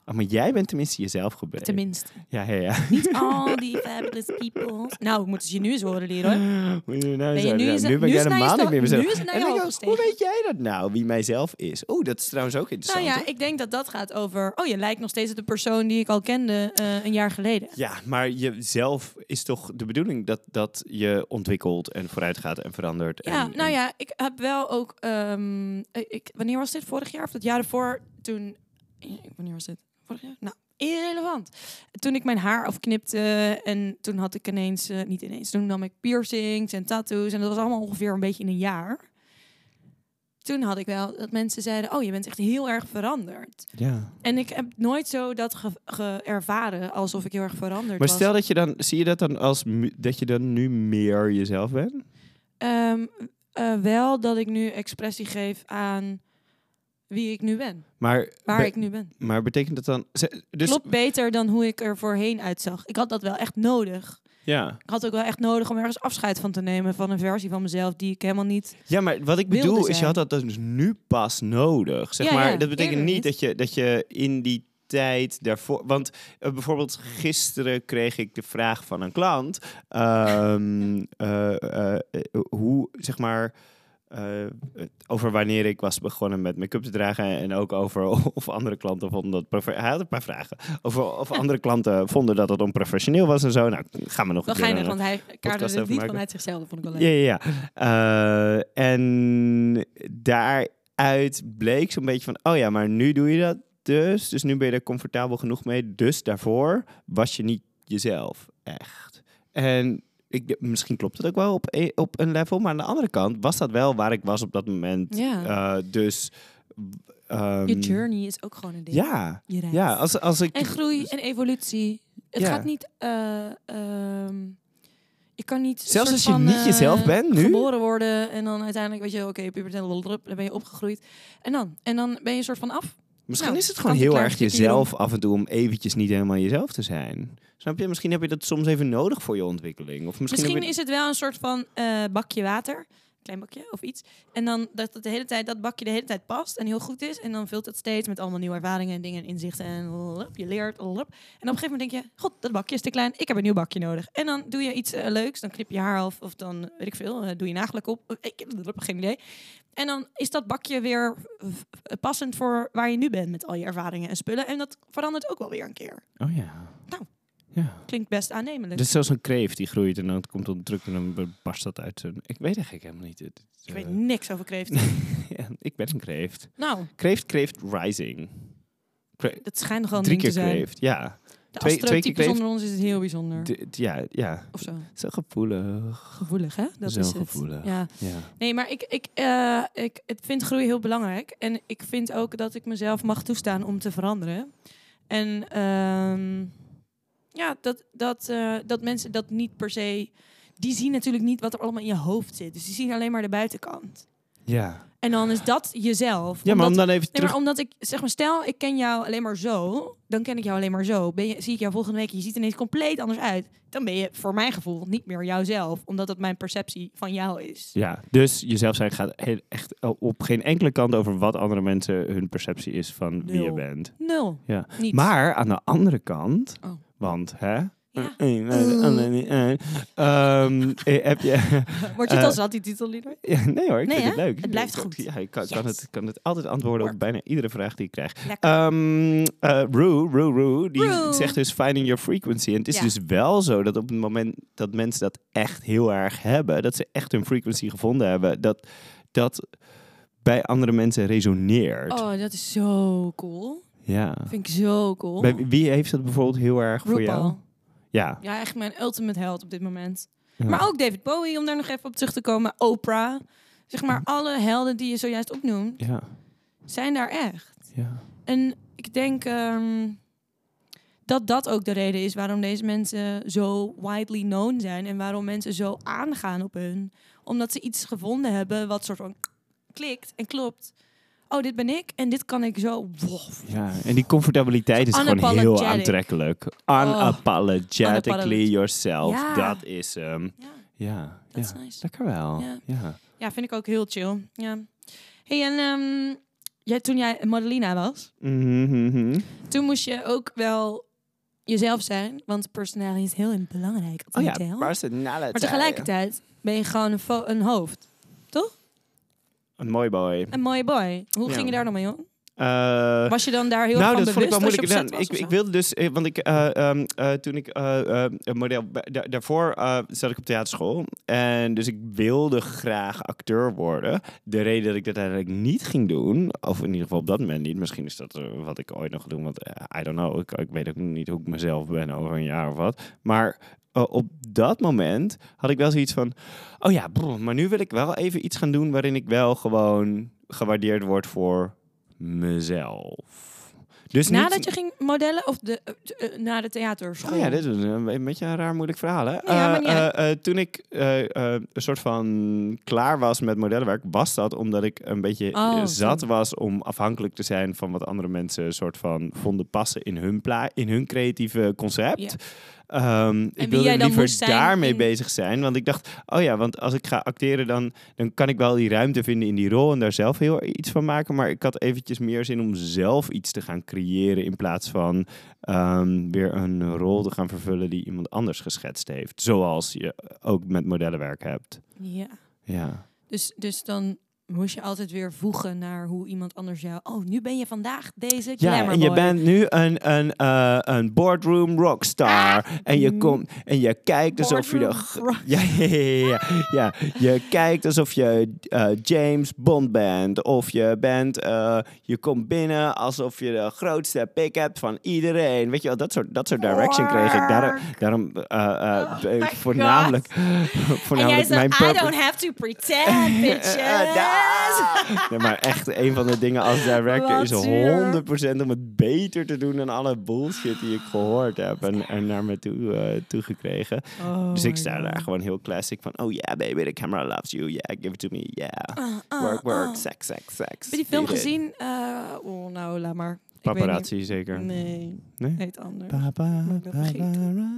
S2: Oh, maar jij bent tenminste jezelf gebleven.
S1: Tenminste.
S2: Ja, ja, ja.
S1: Niet al die fabulous people. Nou, ik moet het je nu eens horen leren hoor.
S2: Moet je er nou
S1: Ben je
S2: zo-
S1: nu
S2: nou,
S1: eens-
S2: nu ben ik
S1: nu is het naar
S2: helemaal
S1: je
S2: niet meer
S1: sta-
S2: mezelf.
S1: nu is Nou het naar
S2: En
S1: je
S2: dan
S1: hoofd
S2: denk ik ook, Hoe weet
S1: gestegen.
S2: jij dat nou, wie mijzelf is? Oeh, dat is trouwens ook
S1: Nou
S2: interessant.
S1: ja,
S2: hoor.
S1: ik denk dat dat gaat over... Oh, je lijkt nog steeds op de persoon die ik al kende eh, een jaar geleden.
S2: Ja, maar jezelf is toch de bedoeling dat, dat je ontwikkelt en vooruit gaat en verandert.
S1: Ja,
S2: en,
S1: nou
S2: en-
S1: ja, ik heb wel ook. ehm, ik, wanneer was dit? Vorig jaar of dat jaar ervoor? Toen. eh, Wanneer was dit? Vorig jaar? Nou, irrelevant. Toen ik mijn haar afknipte en toen had ik ineens, eh, niet ineens, toen nam ik piercings en tattoos en dat was allemaal ongeveer een beetje in een jaar. Toen had ik wel dat mensen zeiden: Oh, je bent echt heel erg veranderd.
S2: ja.
S1: En ik heb nooit zo dat ge- ge- ervaren alsof ik heel erg veranderd
S2: Maar
S1: was.
S2: stel dat je dan, zie je dat dan als mu- dat je dan nu meer jezelf bent?
S1: Ehm, eh, wel dat ik nu expressie geef aan wie ik nu ben.
S2: Maar,
S1: Waar
S2: be-
S1: ik nu ben.
S2: maar betekent dat dan. ze- Dus,
S1: Klopt beter dan hoe ik er voorheen uitzag. Ik had dat wel echt nodig.
S2: Ja.
S1: Ik had ook wel echt nodig om ergens afscheid van te nemen van een versie van mezelf die ik helemaal niet.
S2: ja, maar wat ik
S1: Wilde
S2: bedoel is, je
S1: zijn.
S2: had dat dus nu pas nodig. Zeg
S1: Ja,
S2: maar,
S1: ja,
S2: dat betekent
S1: eerder
S2: niet dat je, dat je in die tijd daarvoor. Want eh, bijvoorbeeld gisteren kreeg ik de vraag van een klant. ehm, eh, eh, eh, hoe, zeg maar, eh, het- over wanneer ik was begonnen met make-up te dragen. En ook over of andere klanten vonden dat... profe- Hij had een paar vragen. Over of andere klanten vonden dat het onprofessioneel was en zo. Nou, gaan we nog
S1: Wel
S2: een keer...
S1: geinig,
S2: een-
S1: want hij kaarde
S2: podcast
S1: het
S2: over
S1: niet
S2: maken.
S1: vanuit zichzelf. Vond ik wel leuk.
S2: ja, ja, ja. Eh, en daaruit bleek zo'n beetje van... Oh ja, maar nu doe je dat dus. Dus nu ben je er comfortabel genoeg mee. Dus daarvoor was je niet jezelf. Echt. En ik, d- misschien klopt dat ook wel op, e- op een level. Maar aan de andere kant was dat wel waar ik was op dat moment.
S1: Ja.
S2: Eh, dus... ehm,
S1: Je journey is ook gewoon een ding.
S2: Ja.
S1: Je reis.
S2: Ja, als, als ik... dus-
S1: En groei en evolutie. Het
S2: Ja.
S1: gaat niet. eh, ehm, je kan niet.
S2: Zelfs
S1: soort
S2: als je
S1: van,
S2: niet
S1: eh,
S2: jezelf bent nu?
S1: Geboren worden en dan uiteindelijk, weet je, oké, puberteit, blablabla, dan ben je opgegroeid. En dan? En dan ben je een soort van af.
S2: Misschien
S1: Nou,
S2: is het gewoon
S1: kant en
S2: heel
S1: klaar
S2: erg
S1: stukje
S2: jezelf af en toe om eventjes niet helemaal jezelf te zijn. Snap je? Misschien heb je dat soms even nodig voor je ontwikkeling. Of misschien,
S1: Misschien
S2: heb je-
S1: is het wel een soort van eh, bakje water. klein bakje of iets. En dan dat het de hele tijd, dat bakje de hele tijd past en heel goed is. En dan vult het steeds met allemaal nieuwe ervaringen en dingen en inzichten. En lop, je leert. Lop. En op een gegeven moment denk je, god, dat bakje is te klein. Ik heb een nieuw bakje nodig. En dan doe je iets eh, leuks. Dan knip je haar af of dan, weet ik veel, eh, doe je nagelen op. Ik heb geen idee. En dan is dat bakje weer eh, passend voor waar je nu bent met al je ervaringen en spullen. En dat verandert ook wel weer een keer.
S2: Oh ja.
S1: Nou.
S2: Ja.
S1: Klinkt best aannemelijk.
S2: Dus zelfs een kreeft die groeit en dan komt onder druk en dan barst dat uit. zijn- Ik weet eigenlijk helemaal niet. Het- het,
S1: ik weet
S2: eh,
S1: niks over kreeft.
S2: ja, ik ben een kreeft.
S1: nou,
S2: Kreeft, kreeft, rising. Kre-
S1: dat schijnt nogal
S2: Drie
S1: nieuw te
S2: keer
S1: zijn.
S2: kreeft, ja.
S1: De
S2: Twee- twee keer
S1: astrotypes
S2: kreeft.
S1: onder ons is het heel bijzonder.
S2: D- d- ja. Ja,
S1: of zo.
S2: zo gevoelig.
S1: Gevoelig, hè? Dat
S2: Zo
S1: is het.
S2: gevoelig.
S1: Ja.
S2: Ja.
S1: Nee, maar ik, ik, eh, ik, ik vind groei heel belangrijk. En ik vind ook dat ik mezelf mag toestaan om te veranderen. En ehm, ja, dat, dat, eh, dat mensen dat niet per se... Die zien natuurlijk niet wat er allemaal in je hoofd zit. Dus die zien alleen maar de buitenkant.
S2: Ja,
S1: En dan is dat jezelf.
S2: ja maar om
S1: Omdat-
S2: dan even
S1: Nee,
S2: terug...
S1: maar omdat ik, zeg maar, stel ik ken jou alleen maar zo, dan ken ik jou alleen maar zo. Ben je, zie ik jou volgende week, en je ziet er ineens compleet anders uit. Dan ben je voor mijn gevoel niet meer jouzelf, omdat dat mijn perceptie van jou is.
S2: Ja, dus jezelf zijn gaat heel, echt op geen enkele kant over wat andere mensen hun perceptie is van wie je
S1: Nul.
S2: bent.
S1: Nul.
S2: Ja.
S1: Niet.
S2: Maar aan de andere kant,
S1: Oh.
S2: want hè...
S1: Ja.
S2: Eh, eh, eh, eh, eh, ehm, eh, heb je...
S1: Word je het al
S2: Eh,
S1: zat, die titel, Lieder?
S2: Ja, nee hoor, ik
S1: Nee,
S2: vind het
S1: hè?
S2: leuk.
S1: Het blijft
S2: Ik-
S1: goed.
S2: Ja, ik kan, kan
S1: Yes.
S2: het, kan het altijd antwoorden op
S1: Work.
S2: bijna iedere vraag die ik krijg.
S1: Lekker.
S2: Ehm eh, Rue, Rue, Rue, die
S1: Rue.
S2: zegt dus finding your frequency. En het is
S1: Ja.
S2: dus wel zo dat op het moment dat mensen dat echt heel erg hebben, dat ze echt hun frequency gevonden hebben, dat dat bij andere mensen resoneert.
S1: Oh, dat is zo cool.
S2: Ja.
S1: Vind ik zo cool.
S2: Bij wie heeft dat bijvoorbeeld heel erg voor jou?
S1: RuPaul.
S2: Ja.
S1: Ja, echt mijn ultimate held op dit moment.
S2: Ja.
S1: Maar ook David Bowie, om daar nog even op terug te komen. Oprah. Zeg maar, alle helden die je zojuist opnoemt,
S2: Ja.
S1: zijn daar echt.
S2: Ja.
S1: En ik denk ehm, dat dat ook de reden is waarom deze mensen zo widely known zijn en waarom mensen zo aangaan op hun. Omdat ze iets gevonden hebben wat soort van klikt en klopt. Oh, dit ben ik en dit kan ik zo. Wof.
S2: Ja. En die comfortabiliteit is gewoon heel
S1: Unapologetic.
S2: aantrekkelijk.
S1: Oh.
S2: Unapologetically
S1: Unapologetic.
S2: yourself.
S1: Ja.
S2: Dat is hem.
S1: Ja,
S2: Ja.
S1: dat is
S2: ja.
S1: nice.
S2: Lekker wel.
S1: Ja.
S2: ja.
S1: Ja, vind ik ook heel chill. Ja. Hey, en ehm, jij, toen jij Madelina was,
S2: Mhm, mhm.
S1: toen moest je ook wel jezelf zijn, want personality is heel belangrijk. op een
S2: Oh ja,
S1: hotel.
S2: personality.
S1: Maar tegelijkertijd ben je gewoon een, fo- een hoofd.
S2: Een mooi boy.
S1: Een mooie boy. Hoe
S2: Ja.
S1: ging je daar dan mee om?
S2: Eh,
S1: Was je dan daar heel
S2: nou,
S1: erg van
S2: dat vond ik
S1: bewust als
S2: wel
S1: je
S2: moeilijk. Nou,
S1: opzet was
S2: ik,
S1: of zo?
S2: ik wilde dus, eh, want ik, eh, ehm, eh, toen ik eh, eh, een model, da- daarvoor eh, zat ik op theaterschool. En dus ik wilde graag acteur worden. De reden dat ik dat eigenlijk niet ging doen, of in ieder geval op dat moment niet. Misschien is dat eh, wat ik ooit nog ga doen, want eh, I don't know. Ik, ik weet ook niet hoe ik mezelf ben over een jaar of wat. Maar eh, op dat moment had ik wel zoiets van, oh ja, brr, maar nu wil ik wel even iets gaan doen waarin ik wel gewoon gewaardeerd word voor mezelf. Dus niet-
S1: Nadat je ging modellen of de, eh, eh, na de theaterschool?
S2: Oh ja, dit is een, een beetje een raar moeilijk verhaal. Hè?
S1: ja, maar
S2: Eh,
S1: niet
S2: eh,
S1: uit.
S2: eh, toen ik eh, eh, een soort van klaar was met modellenwerk, was dat omdat ik een beetje eh,
S1: Oh,
S2: zat
S1: zo.
S2: was om afhankelijk te zijn van wat andere mensen een soort van vonden passen in hun, pla in hun creatieve concept.
S1: Ja.
S2: Ehm,
S1: wie
S2: ik wilde
S1: jij dan
S2: liever
S1: moest zijn
S2: daarmee
S1: in-
S2: bezig zijn. Want ik dacht, oh ja, want als ik ga acteren, dan, dan kan ik wel die ruimte vinden in die rol en daar zelf heel iets van maken. Maar ik had eventjes meer zin om zelf iets te gaan creëren in plaats van ehm, weer een rol te gaan vervullen die iemand anders geschetst heeft. Zoals je ook met modellenwerk hebt.
S1: Ja.
S2: Ja.
S1: Dus, dus dan moest je altijd weer voegen naar hoe iemand anders jou... Oh, nu ben je vandaag deze
S2: Ja, en je bent nu een, een, eh, een boardroom rockstar. en, je
S1: mm.
S2: komt, en je kijkt alsof je... de
S1: Boardroom rock-
S2: Ja, ja, ja, ja, ja. Je kijkt alsof je eh, James Bond bent. Of je bent, eh, je komt binnen alsof je de grootste pick hebt van iedereen. Weet je wel, dat soort, dat soort direction kreeg ik. Daarom, daarom eh, eh,
S1: Oh my
S2: voornamelijk,
S1: En jij
S2: voornamelijk
S1: zei,
S2: mijn
S1: I
S2: purpose.
S1: don't have to pretend, bitches.
S2: Eh, da- nee, Ah. maar echt, een van de dingen als director
S1: Wat
S2: is
S1: zuur.
S2: 100% om het beter te doen dan alle bullshit die ik gehoord heb en, en naar me toe eh, toegekregen.
S1: Oh
S2: dus ik
S1: my
S2: sta
S1: God.
S2: daar gewoon heel classic van, oh yeah baby, the camera loves you, yeah, give it to me, yeah.
S1: Ah, ah,
S2: work, work,
S1: ah.
S2: sex, sex, sex.
S1: Heb je die film
S2: Eat it.
S1: gezien? Eh, oh, nou, laat maar.
S2: Paparazzi zeker.
S1: Nee,
S2: Nee?
S1: heet anders.
S2: Papa,
S1: Moet ik nog vergeten.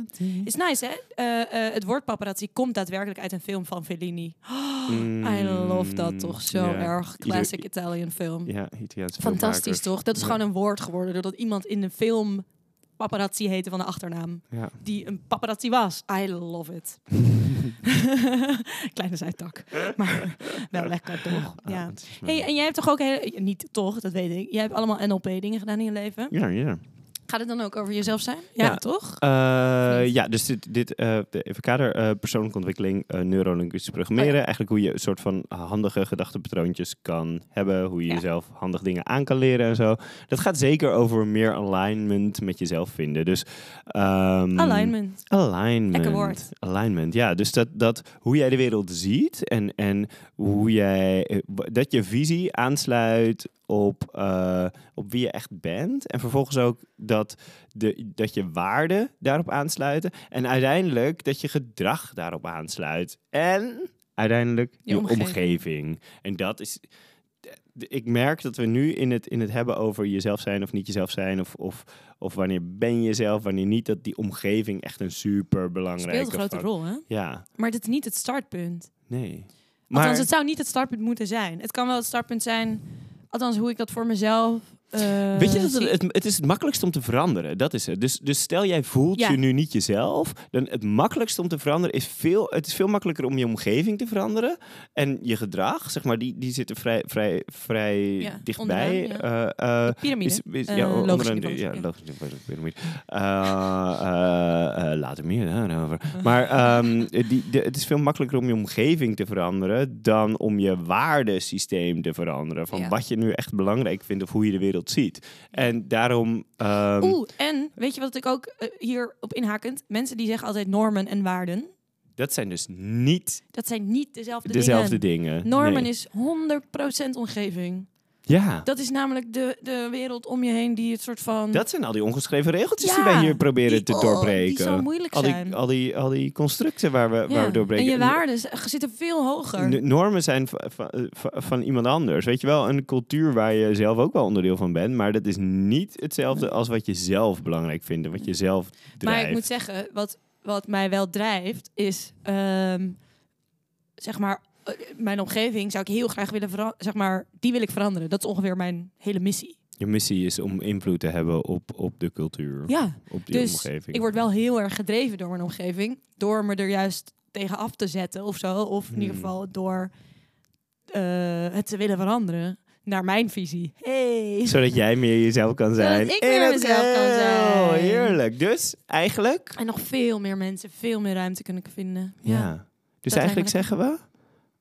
S2: paparazzi.
S1: Is nice, hè? Eh, eh, het woord paparazzi komt daadwerkelijk uit een film van Fellini. Oh, I love dat toch zo
S2: Mm, ja.
S1: erg.
S2: Ieder-
S1: Classic Italian film.
S2: Ja, Italiaanse
S1: Fantastisch,
S2: filmmakers.
S1: toch? Dat is
S2: Ja.
S1: gewoon een woord geworden doordat iemand in een film paparazzi heette van de achternaam.
S2: Ja.
S1: Die een paparazzi was. I love it. Kleine zijtak. Maar wel lekker, toch?
S2: Ah,
S1: Ja.
S2: het is
S1: Hey,
S2: mijn-
S1: en jij hebt toch ook heel... Niet toch, dat weet ik. Jij hebt allemaal NLP-dingen gedaan in je leven.
S2: Ja, ja.
S1: Gaat het dan ook over jezelf zijn? Ja,
S2: Ja.
S1: toch?
S2: Eh,
S1: Of niet?
S2: ja, dus dit, dit eh, de- even kader eh, persoonlijke ontwikkeling, eh neurolinguïstisch programmeren.
S1: Oh ja.
S2: Eigenlijk hoe je een soort van handige gedachtepatroontjes kan hebben. Hoe je
S1: Ja.
S2: jezelf handig dingen aan kan leren en zo. Dat gaat zeker over meer alignment met jezelf vinden. Dus, ehm,
S1: Alignment.
S2: Alignment.
S1: Lekker woord.
S2: Alignment, ja. Dus dat, dat hoe jij de wereld ziet en, en hoe jij, eh, w- dat je visie aansluit op, eh, op wie je echt bent. En vervolgens ook dat, de, dat je waarden daarop aansluiten. En uiteindelijk dat je gedrag daarop aansluit. En uiteindelijk je,
S1: Je omgeving.
S2: omgeving. En dat is, D- ik merk dat we nu in het, in het hebben over jezelf zijn of niet jezelf zijn, of, of, of wanneer ben je jezelf, wanneer niet, dat die omgeving echt een super belangrijke
S1: Speelt een grote rol, hè?
S2: Ja,
S1: Maar dit is niet het startpunt.
S2: nee.
S1: Althans, het zou niet het startpunt moeten zijn. Het kan wel het startpunt zijn, althans hoe ik dat voor mezelf. eh,
S2: Weet je, dat
S1: zie.
S2: het, het, het is het makkelijkst om te veranderen. Dat is het. Dus, dus stel jij voelt
S1: Ja.
S2: je nu niet jezelf. Dan het makkelijkst om te veranderen is veel... Het is veel makkelijker om je omgeving te veranderen. En je gedrag, zeg maar, die, die zitten vrij, vrij, vrij
S1: Ja,
S2: dichtbij.
S1: onderaan,
S2: Eh, eh,
S1: Piramide.
S2: Is, is,
S1: Eh,
S2: ja, onder
S1: logische
S2: andere-
S1: niveau,
S2: ja,
S1: ja.
S2: logische niveau is ook piramide. Eh, eh, eh, later meer daarover. Maar ehm, die, de, het is veel makkelijker om je omgeving te veranderen dan om je waardesysteem te veranderen. Van
S1: Ja.
S2: wat je nu echt belangrijk vindt of hoe je de wereld ziet. En daarom. ehm,
S1: Oeh, en weet je wat ik ook eh, hier op inhakend? Mensen die zeggen altijd normen en waarden.
S2: dat zijn dus niet
S1: Dat zijn niet dezelfde,
S2: dezelfde
S1: dingen.
S2: dingen.
S1: Normen
S2: Nee.
S1: is 100% omgeving.
S2: Ja.
S1: Dat is namelijk de, de wereld om je heen die het soort van.
S2: Dat zijn al die ongeschreven regeltjes die
S1: Ja,
S2: wij hier proberen
S1: die-
S2: te
S1: oh,
S2: doorbreken.
S1: die zo moeilijk
S2: al die,
S1: zijn.
S2: Al die, al die constructen waar we,
S1: Ja.
S2: waar we doorbreken.
S1: En je waarden z- zitten veel hoger.
S2: N- normen zijn va- va- eh, va- van iemand anders. Weet je wel, een cultuur waar je zelf ook wel onderdeel van bent. Maar dat is niet hetzelfde als wat je zelf belangrijk vindt. en Wat je zelf drijft.
S1: Maar ik moet zeggen, wat, wat mij wel drijft, is ehm, zeg maar, eh, mijn omgeving zou ik heel graag willen veranderen. Zeg maar, die wil ik veranderen. Dat is ongeveer mijn hele missie.
S2: Je missie is om invloed te hebben op, op de cultuur.
S1: Ja,
S2: Op die
S1: dus
S2: omgeving.
S1: ik word wel heel erg gedreven door mijn omgeving. Door me er juist tegen af te zetten of zo. Of in ieder
S2: Hmm.
S1: geval door eh, het te willen veranderen. Naar mijn visie. Hey.
S2: Zodat jij meer jezelf kan
S1: Zodat
S2: zijn.
S1: ik
S2: In
S1: meer
S2: het
S1: mezelf kan
S2: geheel.
S1: zijn.
S2: Heerlijk. Dus eigenlijk...
S1: En nog veel meer mensen, veel meer ruimte kunnen vinden.
S2: Ja.
S1: Dat
S2: Dus
S1: lijkt
S2: eigenlijk
S1: me
S2: zeggen we...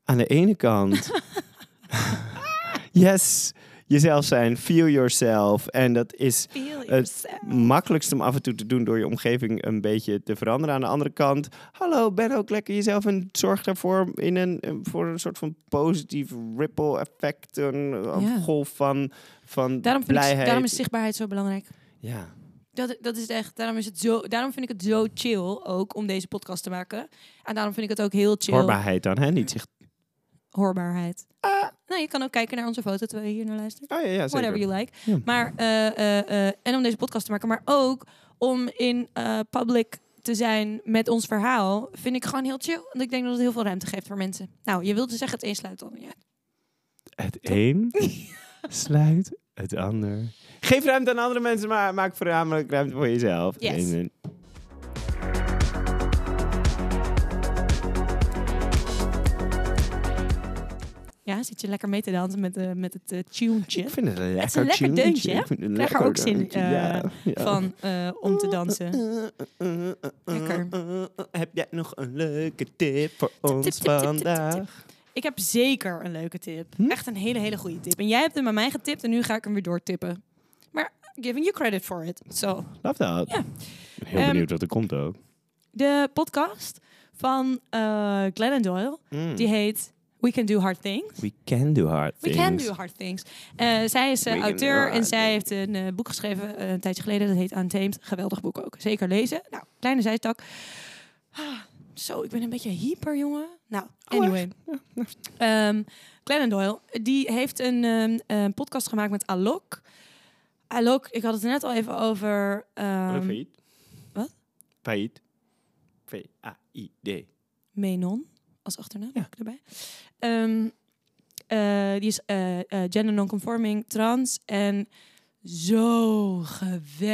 S2: Aan de ene kant... yes. Jezelf zijn. Feel yourself. En dat is...
S1: Feel yourself.
S2: makkelijkst om af en toe te doen door je omgeving een beetje te veranderen. Aan de andere kant, hallo, ben ook lekker jezelf en zorg daarvoor in een, een- voor een soort van positief ripple effect, een, een
S1: Ja.
S2: golf van, van
S1: Daarom, vind
S2: blijheid.
S1: ik, daarom is zichtbaarheid zo belangrijk.
S2: Ja,
S1: Dat, dat is echt, daarom, is het zo, daarom vind ik het zo chill ook om deze podcast te maken. En daarom vind ik het ook heel chill.
S2: hoorbaarheid dan, hè? Niet zicht.
S1: Hoorbaarheid. Nou, je kan ook kijken naar onze foto terwijl je hier naar luistert.
S2: Oh Ah. ja, ja zeker.
S1: Whatever you like.
S2: Ja.
S1: Maar, eh, eh, eh, en om deze podcast te maken, maar ook om in eh, public te zijn met ons verhaal, vind ik gewoon heel chill. Want ik denk dat het heel veel ruimte geeft voor mensen. Nou, je wilde zeggen het een sluit dan. Ja.
S2: Het een sluit het ander. Geef ruimte aan andere mensen, maar maak voornamelijk ruimte voor jezelf.
S1: Yes.
S2: En-
S1: ja, zit je lekker mee te dansen met, eh, met het eh, tunetje
S2: Ik vind het een lekker
S1: is een lekker
S2: tunetje.
S1: deuntje, hè?
S2: Ik vind het een
S1: Krijg er
S2: lekker
S1: ook zin,
S2: deuntje,
S1: eh,
S2: ja, ja.
S1: van eh, om te dansen. Lekker.
S2: Heb jij nog een leuke tip voor ons
S1: tip, tip, tip,
S2: vandaag?
S1: Ik heb zeker een leuke tip. Echt een hele, hele goede tip. En jij hebt hem aan mij getipt en nu ga ik hem weer doortippen. Maar giving you credit for it. So,
S2: Love that.
S1: Ja.
S2: Ik ben Heel
S1: Ehm,
S2: benieuwd wat er komt ook.
S1: de podcast van eh Glennon Doyle,
S2: Hm.
S1: die heet We Can Do Hard Things.
S2: Mm. We can do hard
S1: We
S2: things.
S1: Can Do Hard Things. Eh, zij is eh,
S2: We can do
S1: auteur
S2: hard
S1: en zij heeft een eh, boek geschreven eh, een tijdje geleden. Dat heet Untamed. Geweldig boek ook. Zeker lezen. Nou, kleine zijtak. Ah, zo, ik ben een beetje hyper, jongen.
S2: Oh,
S1: Nou, anyway.
S2: nou.
S1: Ehm Glennon Doyle, die heeft een ehm, eh, podcast gemaakt met Alok. I look, ik had het er net al even over. ehm,
S2: failliet.
S1: wat?
S2: Failliet. V-A-I-D.
S1: Menon als achternaam
S2: Ja.
S1: heb ik erbij. Ehm, eh, die is eh, eh, gender nonconforming, trans en zo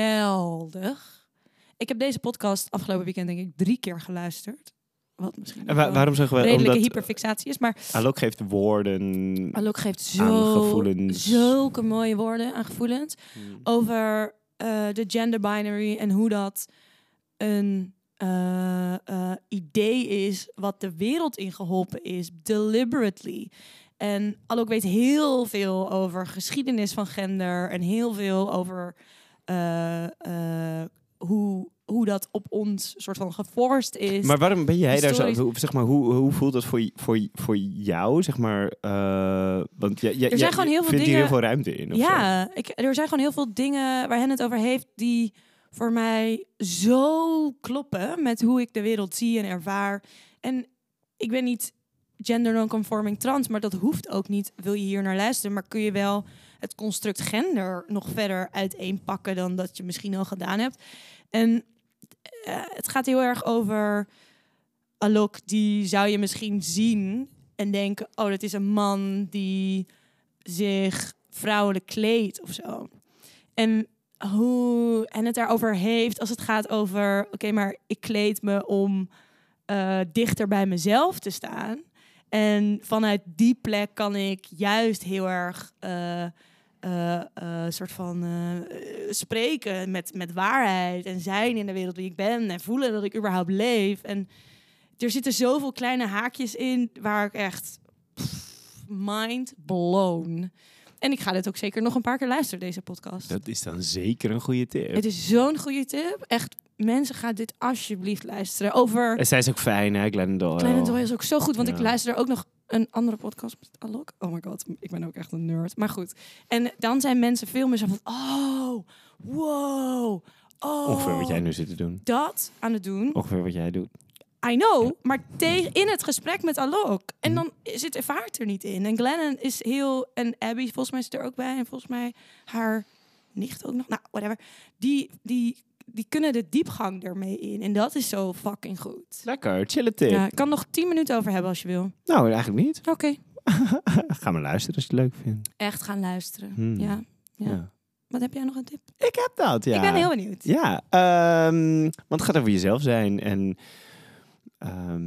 S1: geweldig. Ik heb deze podcast afgelopen weekend denk ik drie keer geluisterd. Wat misschien ook
S2: En
S1: wel
S2: wa-
S1: een
S2: waarom zeggen we...
S1: redelijke
S2: Omdat
S1: hyperfixatie is. Maar
S2: Alok geeft woorden...
S1: Alok geeft
S2: Aan
S1: zo,
S2: gevoelens. Hmm.
S1: zulke mooie woorden aan gevoelens. over eh, de gender binary en hoe dat een eh, eh, idee is wat de wereld in geholpen is, deliberately. En Alok weet heel veel over geschiedenis van gender en heel veel over eh, eh, hoe, hoe dat op ons soort van geforst is.
S2: Maar waarom ben jij daar zo...
S1: historisch-
S2: hoe- Zeg maar, hoe, hoe voelt dat voor, j- voor, j- voor jou? Zeg maar, eh, want jij- jij-
S1: Er zijn
S2: jij-
S1: gewoon
S2: je
S1: heel veel
S2: vindt hier heel
S1: dingen-
S2: veel ruimte in. of zo.
S1: Ja, ik, er zijn gewoon heel veel dingen waar hen het over heeft die voor mij zo kloppen met hoe ik de wereld zie en ervaar. En ik ben niet gender nonconforming trans, maar dat hoeft ook niet. Wil je hier naar luisteren, maar kun je wel het construct gender nog verder uiteenpakken dan dat je misschien al gedaan hebt. En eh, het gaat heel erg over Alok, die zou je misschien zien en denken, oh, dat is een man die zich vrouwelijk kleedt of zo. En hoe en het daarover heeft als het gaat over, oké, maar ik kleed me om eh, dichter bij mezelf te staan. En vanuit die plek kan ik juist heel erg eh, eh, eh, soort van eh, eh, spreken met, met waarheid en zijn in de wereld wie ik ben en voelen dat ik überhaupt leef. En er zitten zoveel kleine haakjes in waar ik echt pff, mind blown. En ik ga dit ook zeker nog een paar keer luisteren, deze podcast.
S2: Dat is dan zeker een goede tip.
S1: Het is zo'n goede tip. Echt, mensen, gaan dit alsjeblieft luisteren. Over
S2: En zij is ook fijn, hè, Glennon Doyle.
S1: Kleine Doyle is ook zo goed, want ik
S2: Ja.
S1: luister ook nog een andere podcast met Alok. Oh my god, ik ben ook echt een nerd. Maar goed. En dan zijn mensen veel meer zo van, oh, wow, oh.
S2: Ongeveer wat jij nu zit te doen.
S1: Dat aan het doen.
S2: Ongeveer wat jij doet.
S1: I know, maar tegen in het gesprek met Alok. En
S2: Mhm.
S1: dan zit ervaart er niet in. En Glennon is heel... En Abby, volgens mij, zit er ook bij. En volgens mij haar nicht ook nog. Nou, whatever. Die, die, die kunnen de diepgang ermee in. En dat is zo fucking goed.
S2: Lekker, chille tip.
S1: Ja, ik kan nog tien minuten over hebben als je wil.
S2: Nou, eigenlijk niet.
S1: Oké.
S2: Ga maar luisteren als je het leuk vindt.
S1: Echt gaan luisteren.
S2: Hmm.
S1: Ja. Ja.
S2: Ja.
S1: Wat heb jij nog een tip?
S2: Ik heb dat, ja.
S1: Ik ben heel benieuwd.
S2: Ja, ehm, want het gaat over jezelf zijn en ehm,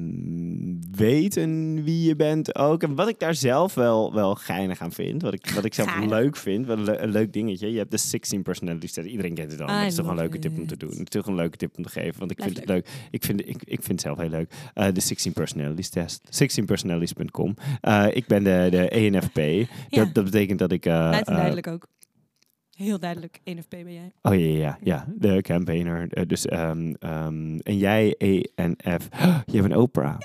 S2: weten wie je bent ook. En wat ik daar zelf wel, wel geinig aan vind, wat ik, wat ik zelf
S1: Geinig.
S2: leuk vind, wat een, le- een leuk dingetje. Je hebt de 16 personalities, dat iedereen kent het al.
S1: I
S2: maar het is toch een
S1: love
S2: leuke tip om
S1: it.
S2: te doen. Het is toch een leuke tip om te geven, want ik
S1: Blijft
S2: vind het leuk. Ik vind, ik, ik vind het zelf heel leuk. Eh, de 16 personalities test, 16personalities.com. Eh, ik ben de, de ENFP.
S1: Ja.
S2: Dat, dat betekent dat ik... eh,
S1: Lijkt en
S2: eh,
S1: duidelijk ook. Heel duidelijk. NFP ben jij.
S2: Oh ja, ja, ja, ja. De campaigner. Eh, dus, ehm, ehm, en jij, ENF. je bent Oprah.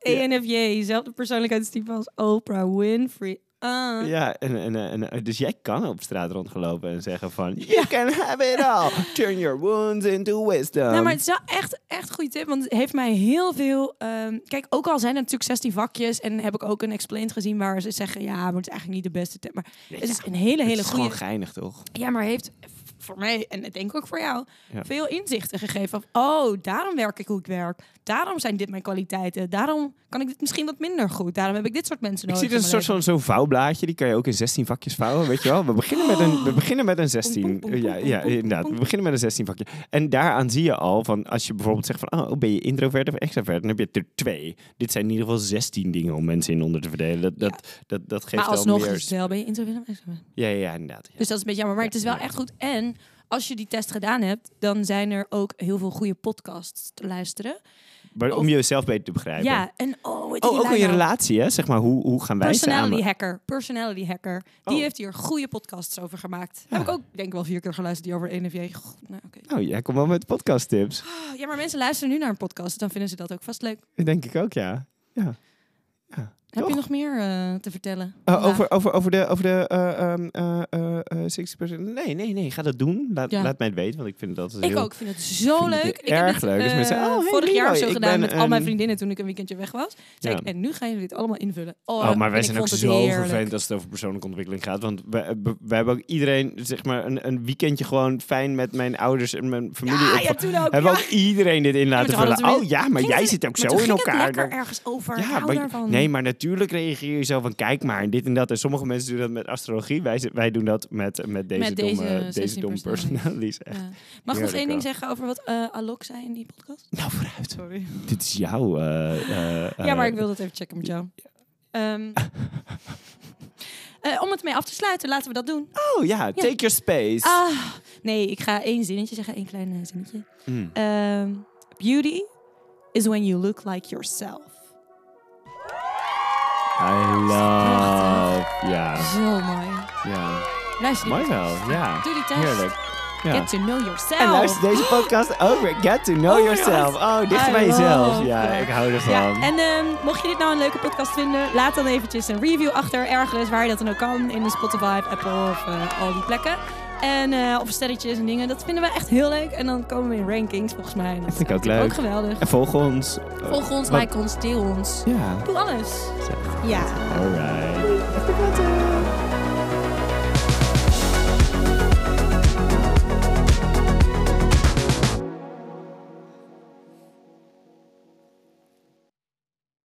S2: Ja.
S1: ENFJ, zelfde persoonlijkheidstype als Oprah Winfrey. Ah.
S2: Ja, en, en, eh, en, eh, dus jij kan op straat rondgelopen en zeggen van... You can have it all. Turn your wounds into wisdom.
S1: nou, maar het is wel echt, echt een goede tip, want het heeft mij heel veel... ehm, kijk, ook al zijn er natuurlijk 16 vakjes en heb ik ook een explained gezien waar ze zeggen... ja, maar het is eigenlijk niet de beste tip, maar
S2: Ja,
S1: het is een hele,
S2: het
S1: hele
S2: is gewoon
S1: goede...
S2: geinig, toch?
S1: Ja, maar heeft v- voor mij, en ik denk ook voor jou,
S2: Ja.
S1: veel inzichten gegeven. Van, oh, daarom werk ik hoe ik werk. Daarom zijn dit mijn kwaliteiten. Daarom kan ik dit misschien wat minder goed. Daarom heb ik dit soort mensen
S2: Ik
S1: nodig.
S2: zie dus een
S1: in
S2: soort
S1: mijn
S2: van zo'n vouwblaadje. Die kan je ook in 16 vakjes vouwen, weet je wel. We beginnen met een, we beginnen met een 16.
S1: Poem, poem, poem,
S2: Ja,
S1: poem,
S2: ja,
S1: poem, poem,
S2: inderdaad. We
S1: poem.
S2: beginnen met een 16 vakje. En daaraan zie je al van als je bijvoorbeeld zegt van oh, ben je introvert of extrovert? Dan heb je er twee. Dit zijn in ieder geval 16 dingen om mensen in onder te verdelen. Dat, dat, dat, dat geeft
S1: leven. Maar alsnog
S2: al
S1: is het
S2: meer.
S1: wel, ben je introvert of extrovert?
S2: Ja, ja, ja, inderdaad. Ja.
S1: Dus dat is een beetje jammer. Maar het is wel echt goed. En als je die test gedaan hebt, dan zijn er ook heel veel goede podcasts te luisteren.
S2: Maar om
S1: of-
S2: jezelf beter te begrijpen.
S1: Ja, en oh, het
S2: Oh, ook in je relatie, hè? Zeg maar, hoe, hoe gaan wij
S1: Personality
S2: samen?
S1: hacker, personality hacker. Die
S2: Oh.
S1: heeft hier goede podcasts over gemaakt. Heb ik ook denk ik wel vier keer geluisterd die over NFJ. Goed, nou, oké.
S2: Nou, jij komt wel met podcast tips.
S1: Ah, Ja, maar mensen luisteren nu naar een podcast, dus dan vinden ze dat ook vast leuk.
S2: Denk ik ook, ja. Ja. ja.
S1: Heb
S2: Toch?
S1: je nog meer eh, te vertellen?
S2: Eh,
S1: vandaag?
S2: over, over, over de, over de eh, ehm, eh, eh, eh, eh 60%? Nee, nee, nee. Ga dat doen. Laat,
S1: Ja.
S2: laat mij het weten, want ik vind dat altijd
S1: Ik
S2: heel...
S1: ook vind het zo
S2: vind het
S1: leuk. Ik
S2: erg
S1: heb dit,
S2: leuk. Dus
S1: eh,
S2: mensen zeggen, oh, hey,
S1: vorig jaar
S2: Lilo,
S1: of zo
S2: ik
S1: gedaan
S2: ben
S1: met al
S2: een-
S1: mijn vriendinnen toen ik een weekendje weg was. Zei
S2: Ja.
S1: ik, en nu gaan jullie dit allemaal invullen. Oh,
S2: Oh, maar wij
S1: en
S2: zijn
S1: ik
S2: ook
S1: vond
S2: zo
S1: het heerlijk.
S2: vervelend als het over persoonlijke ontwikkeling gaat. Want wij, we- wij hebben ook iedereen, zeg maar, een, een weekendje gewoon fijn met mijn ouders en mijn familie.
S1: Ja,
S2: op-
S1: ja, toen ook.
S2: hebben
S1: ja.
S2: we ook iedereen dit in laten
S1: toen hadden
S2: vullen.
S1: we-
S2: Oh ja, maar
S1: Ging
S2: jij
S1: het-
S2: zit ook
S1: maar
S2: zo
S1: toen
S2: in
S1: ging het
S2: elkaar.
S1: lekker ergens over. Ik
S2: Ja,
S1: hou
S2: maar,
S1: daarvan.
S2: nee, maar natuurlijk reageer je zo van kijk maar en dit en dat. En sommige mensen doen dat met astrologie. Wij, zi- wij doen dat met, met deze
S1: Met
S2: domme,
S1: deze
S2: deze
S1: 16
S2: domme
S1: personalities.
S2: personalities.
S1: Ja.
S2: Echt.
S1: Mag ik nog
S2: heerlijk
S1: één ding
S2: wel.
S1: zeggen over wat eh Alok zei in die podcast?
S2: Nou, vooruit.
S1: Sorry.
S2: Dit is jouw... eh, eh,
S1: ja,
S2: eh,
S1: maar ik wil dat even checken met jou. Ehm, eh, om het mee af te sluiten, laten we dat doen.
S2: Oh ja, take your space.
S1: Ah, nee, ik ga één zinnetje zeggen, één klein eh, zinnetje.
S2: Mm.
S1: Ehm, beauty is when you look like yourself.
S2: I love... Ja,
S1: Zo mooi.
S2: ja.
S1: Luister.
S2: Mooi wel, ja.
S1: Doe die test.
S2: Heerlijk. Ja.
S1: Get to know yourself.
S2: En luister deze podcast over Get to Know
S1: Oh my
S2: Yourself.
S1: God.
S2: Oh, dicht
S1: I
S2: bij jezelf.
S1: love
S2: Ja,
S1: that.
S2: ik hou ervan.
S1: Ja, en ehm, mocht je dit nou een leuke podcast vinden, laat dan eventjes een review achter ergens waar je dat dan ook kan. In de Spotify, Apple of eh, al die plekken. En eh, of sterretjes en dingen. Dat vinden we echt heel leuk. En dan komen we in rankings volgens mij. En dat
S2: Vind ik
S1: is
S2: ook
S1: natuurlijk
S2: leuk.
S1: Ook geweldig.
S2: En volg ons.
S1: Volg ons,
S2: wat-
S1: like ons, deel ons.
S2: Ja.
S1: Doe alles. Ja.
S2: Alright.
S1: Tot later.